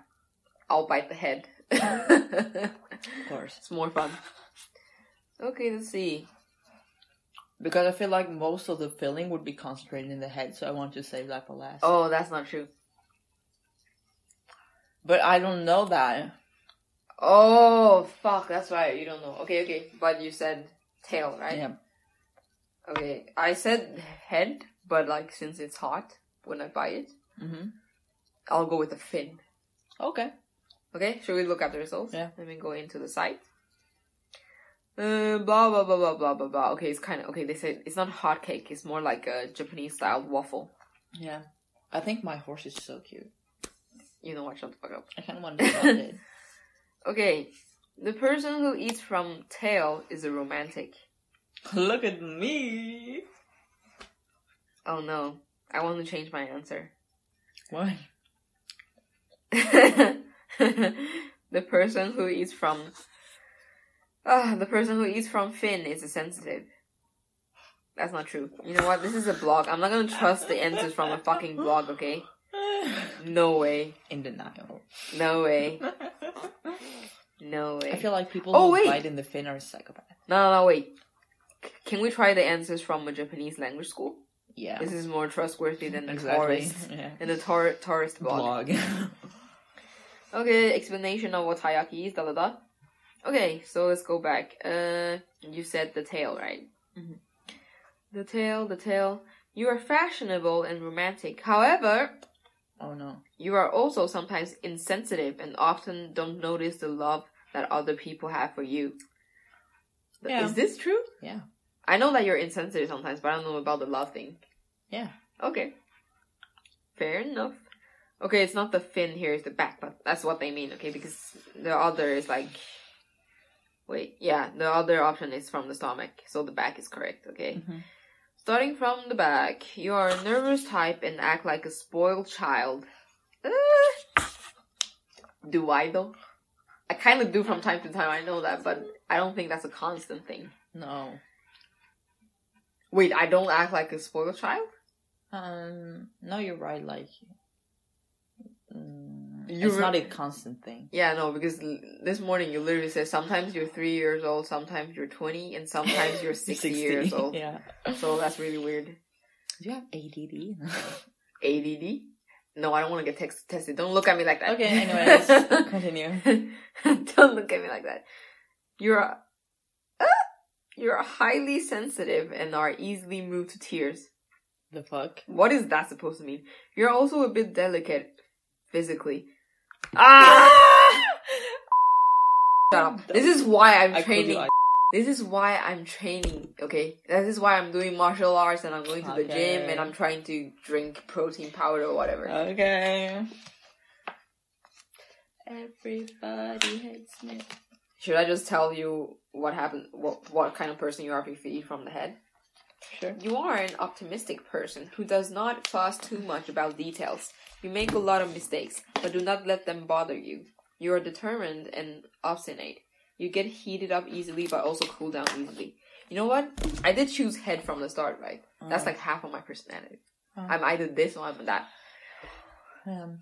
Speaker 2: I'll bite the head. it's
Speaker 1: Of course.
Speaker 2: more fun. Okay, let's see.
Speaker 1: Because I feel like most of the filling would be concentrated in the head, so I want to save that for last.
Speaker 2: Oh, that's not true.
Speaker 1: But I don't know that.
Speaker 2: Oh, fuck, that's right. You don't know. Okay, okay. But you said tail, right?
Speaker 1: Yeah.
Speaker 2: Okay, I said head, but like since it's hot when I bite it,
Speaker 1: hmm
Speaker 2: I'll go with the fin.
Speaker 1: Okay.
Speaker 2: Okay, should we look at the results?
Speaker 1: Yeah.
Speaker 2: Let me go into the site. Uh, blah blah blah blah blah blah blah. Okay, it's kind of okay. They said it's not hot cake. It's more like a Japanese style waffle.
Speaker 1: Yeah. I think my horse is so cute.
Speaker 2: You know what? Shut the fuck up.
Speaker 1: I kind of want to adopt it.
Speaker 2: Okay, the person who eats from tail is a romantic.
Speaker 1: Look at me.
Speaker 2: Oh no, I want to change my answer.
Speaker 1: Why?
Speaker 2: the person who eats from ah, the person who eats from Finn is a sensitive. That's not true. You know what? This is a blog. I'm not gonna trust the answers from a fucking blog. Okay? No way.
Speaker 1: In denial.
Speaker 2: No way.
Speaker 1: I
Speaker 2: No way.
Speaker 1: feel like people
Speaker 2: Oh,
Speaker 1: who
Speaker 2: wait.
Speaker 1: bite in the fin are psychopaths.
Speaker 2: no, no, no. Wait. C- Can we try the answers from a Japanese language school?
Speaker 1: Yeah.
Speaker 2: This is more trustworthy than the
Speaker 1: Exactly.
Speaker 2: tourist
Speaker 1: Yeah.
Speaker 2: than the tor- tourist blog.
Speaker 1: Blog.
Speaker 2: Okay, explanation of what taiyaki is, da da da. Okay, so let's go back. Uh, you said the tail, right?
Speaker 1: Mhm.
Speaker 2: The tail, the tail. You are fashionable and romantic. However,
Speaker 1: oh no.
Speaker 2: you are also sometimes insensitive and often don't notice the love that other people have for you. Th-
Speaker 1: Yeah.
Speaker 2: Is this true?
Speaker 1: Yeah.
Speaker 2: I know that you're insensitive sometimes, but I don't know about the love thing.
Speaker 1: Yeah.
Speaker 2: Okay. Fair enough. Okay, it's not the fin here, it's the back, but that's what they mean, okay? Because the other is like Wait, yeah, the other option is from the stomach, so the back is correct, okay?
Speaker 1: Mhm.
Speaker 2: Starting from the back, you are a nervous type and act like a spoiled child. Eh, do I though? I kind of do from time to time, I know that, but I don't think that's a constant thing.
Speaker 1: No.
Speaker 2: Wait, I don't act like a spoiled child?
Speaker 1: Um. No, you're right. Like, mm,
Speaker 2: You
Speaker 1: it's
Speaker 2: re-
Speaker 1: not a constant thing.
Speaker 2: Yeah, no, because l- this morning you literally said sometimes you're three years old, sometimes you're 20, and sometimes you're 60, years old.
Speaker 1: Yeah.
Speaker 2: So that's really weird.
Speaker 1: Do you have ADD?
Speaker 2: ADD? No, I don't want to get text- tested. Don't look at me like that.
Speaker 1: okay. Anyways, continue.
Speaker 2: don't look at me like that. You're a, Ah! you're highly sensitive and are easily moved to tears.
Speaker 1: The fuck.
Speaker 2: What is that supposed to mean? You're also a bit delicate physically. Ah! Shut up. This is why I'm
Speaker 1: I could be
Speaker 2: training.
Speaker 1: like,
Speaker 2: This is why I'm training, okay? This is why I'm doing martial arts and I'm going to the gym
Speaker 1: Okay.
Speaker 2: and I'm trying to drink protein powder or whatever.
Speaker 1: okay. Everybody hates me.
Speaker 2: Should I just tell you what happened, what, what kind of person you are if you eat from the head?
Speaker 1: Sure.
Speaker 2: You are an optimistic person who does not fuss too much about details. You make a lot of mistakes, but do not let them bother you. You are determined and obstinate. You get heated up easily, but also cool down easily. You know what? I did choose head from the start, right? That's
Speaker 1: Uh-huh.
Speaker 2: like half of my personality.
Speaker 1: Oh.
Speaker 2: I'm either this or I'm that.
Speaker 1: Um.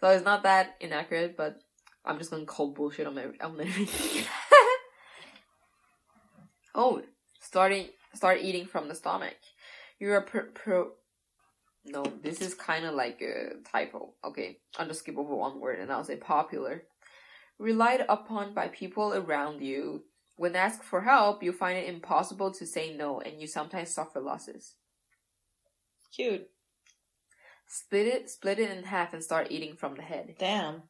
Speaker 2: So it's not that inaccurate, but I'm just gonna call bullshit on every, on everything. oh, starting start eating from the stomach. You're a pro. pro no, this is kind of like a typo. Okay, I'll just skip over one word and I'll say popular. Relied upon by people around you. When asked for help, you find it impossible to say no, and you sometimes suffer losses.
Speaker 1: Cute.
Speaker 2: Split it, split it in half, and start eating from the head.
Speaker 1: Damn.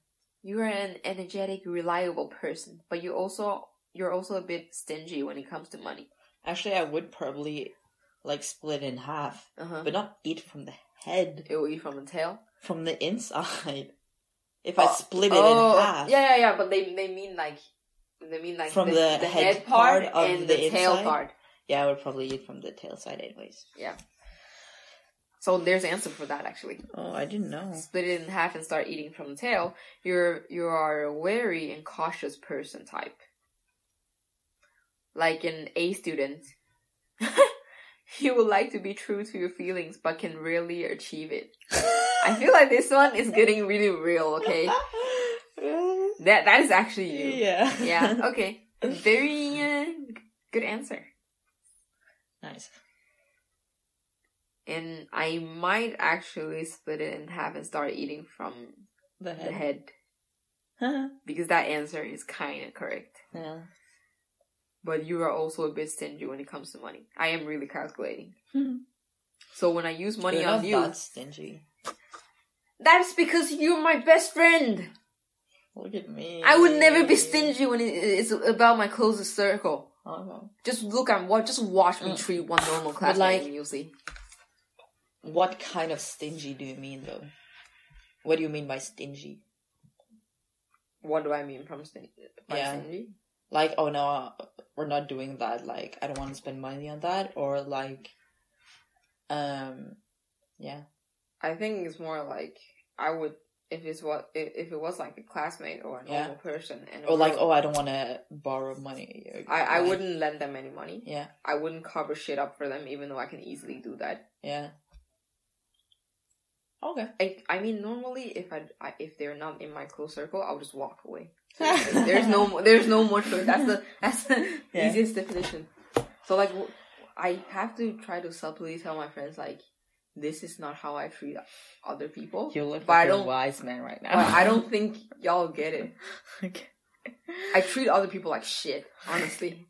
Speaker 2: You are an energetic, reliable person, but you also you're also a bit stingy when it comes to money.
Speaker 1: Actually, I would probably like split in half,
Speaker 2: Uh-huh.
Speaker 1: but not eat from the head,
Speaker 2: It will eat from the tail.
Speaker 1: from the inside. If I
Speaker 2: Oh.
Speaker 1: split it in half,
Speaker 2: yeah, yeah, yeah. But they they mean like they mean like
Speaker 1: From the head part of
Speaker 2: and
Speaker 1: the
Speaker 2: the, tail
Speaker 1: inside?
Speaker 2: part.
Speaker 1: yeah, I would probably eat from the tail side, anyways.
Speaker 2: So there's an answer for that actually.
Speaker 1: Oh, I didn't know.
Speaker 2: Split it in half and start eating from the tail. You're you are a wary and cautious person type, like an A student. you would like to be true to your feelings, but can rarely achieve it. I feel like this one is getting really real, okay? That that is actually you.
Speaker 1: yeah.
Speaker 2: Yeah, okay. Very uh, good answer.
Speaker 1: nice.
Speaker 2: And I might actually split it in half and start eating from
Speaker 1: The
Speaker 2: the
Speaker 1: head.
Speaker 2: head because that answer is kind of correct.
Speaker 1: yeah.
Speaker 2: But you are also a bit stingy when it comes to money. I am really calculating.
Speaker 1: Hmm.
Speaker 2: So when I use money
Speaker 1: You're
Speaker 2: on
Speaker 1: not
Speaker 2: you,
Speaker 1: that stingy.
Speaker 2: that's because you're my best friend.
Speaker 1: Look at me.
Speaker 2: I would never be stingy when it- it's about my closest circle.
Speaker 1: Okay.
Speaker 2: Just look at what. Just watch me
Speaker 1: Mm.
Speaker 2: treat one normal classmate,
Speaker 1: like-
Speaker 2: and you'll see.
Speaker 1: What kind of stingy do you mean, though? What do you mean by stingy?
Speaker 2: What do I mean from stingy? By
Speaker 1: Yeah.
Speaker 2: stingy?
Speaker 1: like oh no we're not doing that like i don't want to spend money on that or like um yeah
Speaker 2: I think it's more like I would if it's what if, if it was like a classmate or a
Speaker 1: Yeah.
Speaker 2: normal person, and
Speaker 1: or like
Speaker 2: I-
Speaker 1: oh i don't want to borrow money
Speaker 2: I I
Speaker 1: Like,
Speaker 2: wouldn't lend them any money.
Speaker 1: yeah
Speaker 2: I wouldn't cover shit up for them, even though I can easily do that.
Speaker 1: yeah okay
Speaker 2: I I mean normally if I, I if they're not in my close circle, I'll just walk away. there's no mo- there's no more to it. That's the that's the
Speaker 1: Yeah.
Speaker 2: easiest definition. So like w- I have to try to subtly tell my friends like this is not how I treat other people.
Speaker 1: you look
Speaker 2: But I
Speaker 1: like a
Speaker 2: don't-
Speaker 1: wise man right now
Speaker 2: But I don't think y'all get it.
Speaker 1: Okay.
Speaker 2: I treat other people like shit, honestly.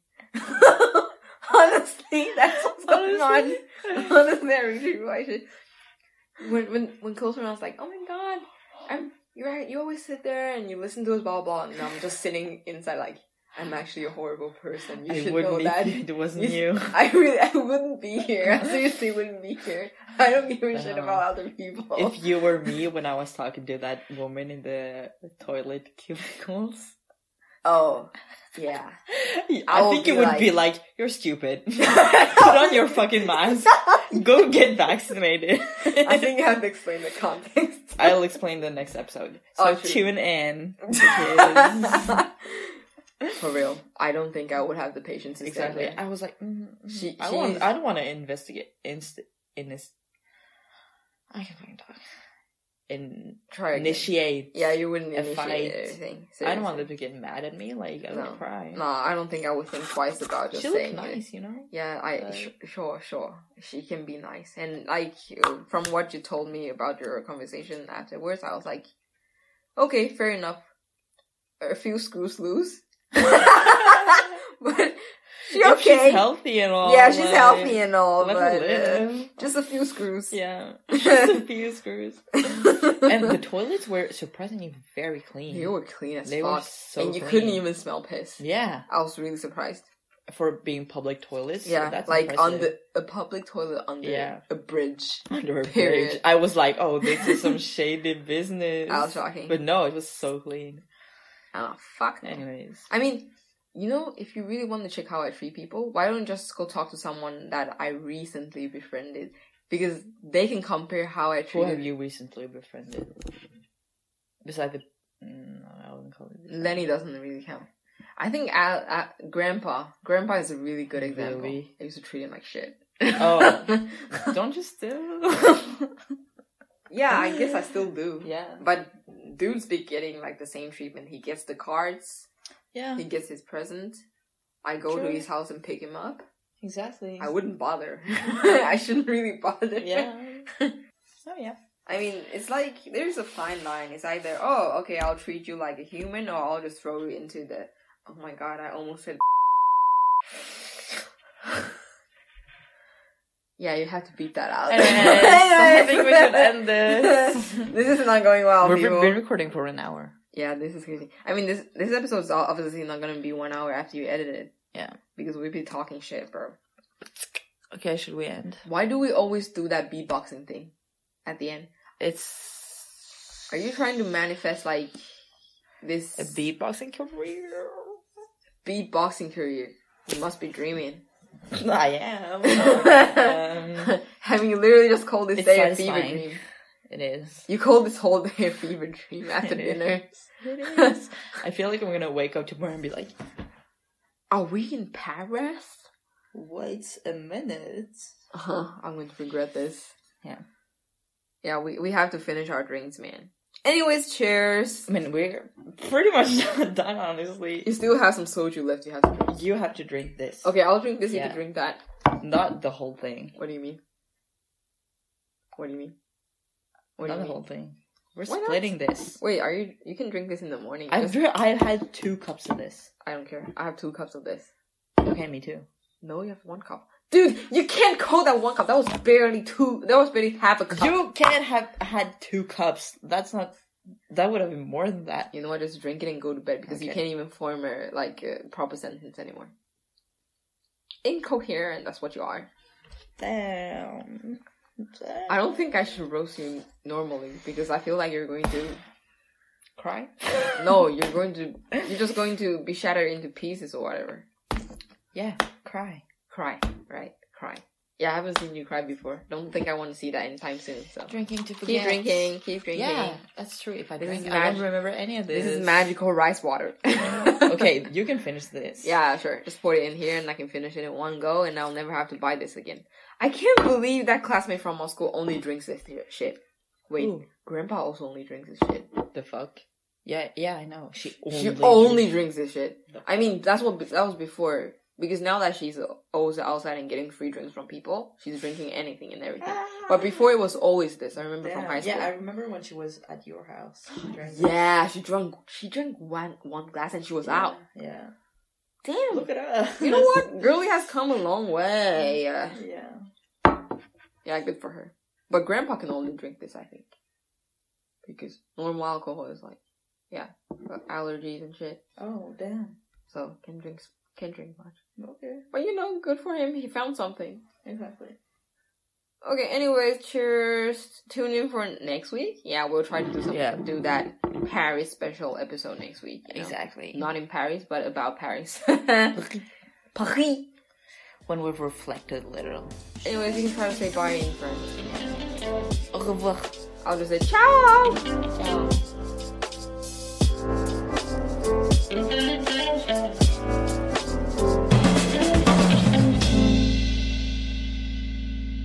Speaker 2: honestly, that's what's going
Speaker 1: Honestly.
Speaker 2: on. Honestly, I really treat people like shit. When when when close friends like, oh my god, I'm you're right, you always sit there and you listen to us blah blah, and I'm just sitting inside like I'm actually a horrible person. You
Speaker 1: i
Speaker 2: should
Speaker 1: wouldn't
Speaker 2: know that.
Speaker 1: if it wasn't
Speaker 2: You-
Speaker 1: you
Speaker 2: I really I wouldn't be here. I seriously wouldn't be here. I don't give a shit
Speaker 1: No.
Speaker 2: about other people.
Speaker 1: if you were me when i was talking to that woman in the toilet cubicles
Speaker 2: Oh, yeah. I
Speaker 1: I
Speaker 2: will
Speaker 1: think
Speaker 2: be
Speaker 1: it would
Speaker 2: like-
Speaker 1: be like, you're stupid. Put on your fucking mask. Go get vaccinated.
Speaker 2: I think you have to explain the context.
Speaker 1: I'll explain the next episode. So
Speaker 2: Oh, true.
Speaker 1: tune in. because-
Speaker 2: For real, I don't think I would have the patience. To stand
Speaker 1: exactly.
Speaker 2: there.
Speaker 1: I was like, mm, mm,
Speaker 2: She-
Speaker 1: I
Speaker 2: she
Speaker 1: want.
Speaker 2: is-
Speaker 1: I don't want to investigate. Inst- in this, I can fucking talk. In
Speaker 2: Try again.
Speaker 1: initiate.
Speaker 2: Yeah, you wouldn't
Speaker 1: a fight.
Speaker 2: initiate anything.
Speaker 1: I don't want
Speaker 2: seriously.
Speaker 1: them to get mad at me. Like I'm
Speaker 2: No.
Speaker 1: gonna cry.
Speaker 2: No, I don't think I would think twice about just
Speaker 1: she looks
Speaker 2: saying
Speaker 1: nice, you know.
Speaker 2: it. Yeah,
Speaker 1: Like-
Speaker 2: I sh- sure, sure. She can be nice, and like uh, from what you told me about your conversation afterwards, I was like, okay, fair enough. A few screws loose, but she
Speaker 1: If
Speaker 2: okay.
Speaker 1: she's healthy and all.
Speaker 2: yeah, she's
Speaker 1: like,
Speaker 2: healthy and all,
Speaker 1: Let
Speaker 2: but
Speaker 1: her
Speaker 2: uh,
Speaker 1: live.
Speaker 2: just a few screws.
Speaker 1: yeah, just a few screws. And the toilets were surprisingly very clean.
Speaker 2: they were clean as
Speaker 1: They were
Speaker 2: fuck,
Speaker 1: so
Speaker 2: and you
Speaker 1: clean.
Speaker 2: couldn't even smell piss.
Speaker 1: Yeah,
Speaker 2: I was really surprised.
Speaker 1: for being public toilets.
Speaker 2: Yeah,
Speaker 1: that's
Speaker 2: like on
Speaker 1: impressive.
Speaker 2: the a public toilet under
Speaker 1: Yeah.
Speaker 2: a bridge.
Speaker 1: under a
Speaker 2: Period.
Speaker 1: bridge. I was like, oh, this is some shady business.
Speaker 2: I was shocking.
Speaker 1: But no, it was so clean.
Speaker 2: oh, fuck. no.
Speaker 1: Anyways,
Speaker 2: I mean, you know, if you really want to check how I treat people, why don't you just go talk to someone that I recently befriended? Because they can compare how I
Speaker 1: who
Speaker 2: treat
Speaker 1: have you recently befriended? Besides the, mm, no, I wouldn't call it.
Speaker 2: Lenny doesn't really count. I think Al, Al- Grandpa. Grandpa is a really good example.
Speaker 1: Really?
Speaker 2: I used to treat him like shit.
Speaker 1: Oh. Don't you still?
Speaker 2: yeah, I guess I still do.
Speaker 1: yeah.
Speaker 2: But dudes be getting like the same treatment. He gets the cards.
Speaker 1: Yeah.
Speaker 2: He gets his present. I go
Speaker 1: True.
Speaker 2: to his house and pick him up.
Speaker 1: Exactly.
Speaker 2: I wouldn't bother. I shouldn't really bother.
Speaker 1: Yeah. oh yeah.
Speaker 2: I mean, it's like there's a fine line. It's either oh, okay, I'll treat you like a human, or I'll just throw you into the. Oh my god, I almost said. yeah, you have to beat that out.
Speaker 1: Anyways, I think we should end this.
Speaker 2: this is not going well,
Speaker 1: We've
Speaker 2: people.
Speaker 1: been recording for an hour.
Speaker 2: Yeah, this is crazy. I mean, this this episode's all- obviously not gonna be one hour after you edit it.
Speaker 1: Yeah.
Speaker 2: because we'd be talking shit, bro.
Speaker 1: Okay, should we end?
Speaker 2: Why do we always do that beatboxing thing at the end?
Speaker 1: It's
Speaker 2: Are you trying to manifest like this
Speaker 1: a beatboxing career?
Speaker 2: beatboxing career? You must be dreaming.
Speaker 1: I am. um,
Speaker 2: Having you literally just called this
Speaker 1: It's
Speaker 2: day a fever
Speaker 1: satisfying.
Speaker 2: dream.
Speaker 1: it is.
Speaker 2: You called this whole day a fever dream after
Speaker 1: It is.
Speaker 2: dinner.
Speaker 1: It is. I feel like I'm gonna wake up tomorrow and be like,
Speaker 2: Are we in Paris?
Speaker 5: Wait a minute.
Speaker 2: Uh-huh. I'm going to regret this.
Speaker 1: Yeah.
Speaker 2: Yeah, we, we have to finish our drinks, man. Anyways, cheers.
Speaker 1: I mean, we're pretty much done, honestly.
Speaker 2: You still have some soju left you have to drink.
Speaker 1: You have to drink this.
Speaker 2: Okay, I'll drink this, you
Speaker 1: Yeah.
Speaker 2: can drink that.
Speaker 1: Not the whole thing.
Speaker 2: What do you mean? What do you mean? What do
Speaker 1: Not
Speaker 2: you
Speaker 1: the
Speaker 2: mean?
Speaker 1: whole thing. We're
Speaker 2: Why not?
Speaker 1: splitting this.
Speaker 2: Wait, are you? You can drink this in the morning.
Speaker 1: I've
Speaker 2: Just-
Speaker 1: dr- I've had two cups of this.
Speaker 2: I don't care. I have two cups of this.
Speaker 1: Okay, me too.
Speaker 2: No, you have one cup, dude. You can't call that one cup. That was barely two. That was barely half a cup. You,
Speaker 1: You can't have had two cups. That's not. That would have been more than that.
Speaker 2: know what? Just drink it and go to bed because you
Speaker 1: Okay.
Speaker 2: can't even form a like a proper sentence anymore. Incoherent. That's what you are.
Speaker 1: Damn. Damn.
Speaker 2: I don't think I should roast you normally because I feel like you're going to.
Speaker 1: cry.
Speaker 2: No, you're going to. You're just going to be shattered into pieces or whatever.
Speaker 1: Yeah, cry.
Speaker 2: cry, right? Cry. Yeah, I haven't seen you cry before. Don't think I want to see that anytime soon. So
Speaker 1: Drinking to
Speaker 2: keep drinking, keep drinking.
Speaker 1: Yeah, that's true. If I
Speaker 2: This is
Speaker 1: drink, I don't
Speaker 2: mag-
Speaker 1: remember any of this.
Speaker 2: This is magical rice water.
Speaker 1: okay, you can finish this.
Speaker 2: Yeah, sure. Just pour it in here, and I can finish it in one go, and I'll never have to buy this again. I can't believe that classmate from my school only drinks this here shit. Wait,
Speaker 1: Ooh.
Speaker 2: grandpa also only drinks this shit.
Speaker 1: The fuck. Yeah, yeah, I know. She only.
Speaker 2: She only, drinks this shit. I mean, that's what that was before. Because now that she's always outside and getting free drinks from people, she's drinking anything and everything. But before it was always this. I remember from high
Speaker 5: Yeah,
Speaker 2: school.
Speaker 5: yeah, I remember when she was at your house. She drank
Speaker 2: Yeah, she drank. She drank one one glass and she was out.
Speaker 5: Yeah.
Speaker 2: Damn.
Speaker 5: Look at us.
Speaker 2: You know what? Girlie has come a long way. Uh,
Speaker 5: Yeah.
Speaker 2: Yeah, good for her. But Grandpa can only drink this, I think, because normal alcohol is like, yeah, allergies and shit.
Speaker 5: Oh, damn.
Speaker 2: So can drink can drink much.
Speaker 5: Okay.
Speaker 2: But you know, good for him. He found something.
Speaker 5: Exactly.
Speaker 2: Okay, anyways, cheers. Tune in for next week. Yeah, we'll try to do something,
Speaker 1: Yeah.
Speaker 2: do that Paris special episode next week. you know?
Speaker 1: Exactly.
Speaker 2: Not in Paris, but about Paris. anyways,
Speaker 1: Paris. When we've reflected a little.
Speaker 2: you can try to say bye in French.
Speaker 1: Au revoir.
Speaker 2: I'll just say ciao!
Speaker 1: Ciao.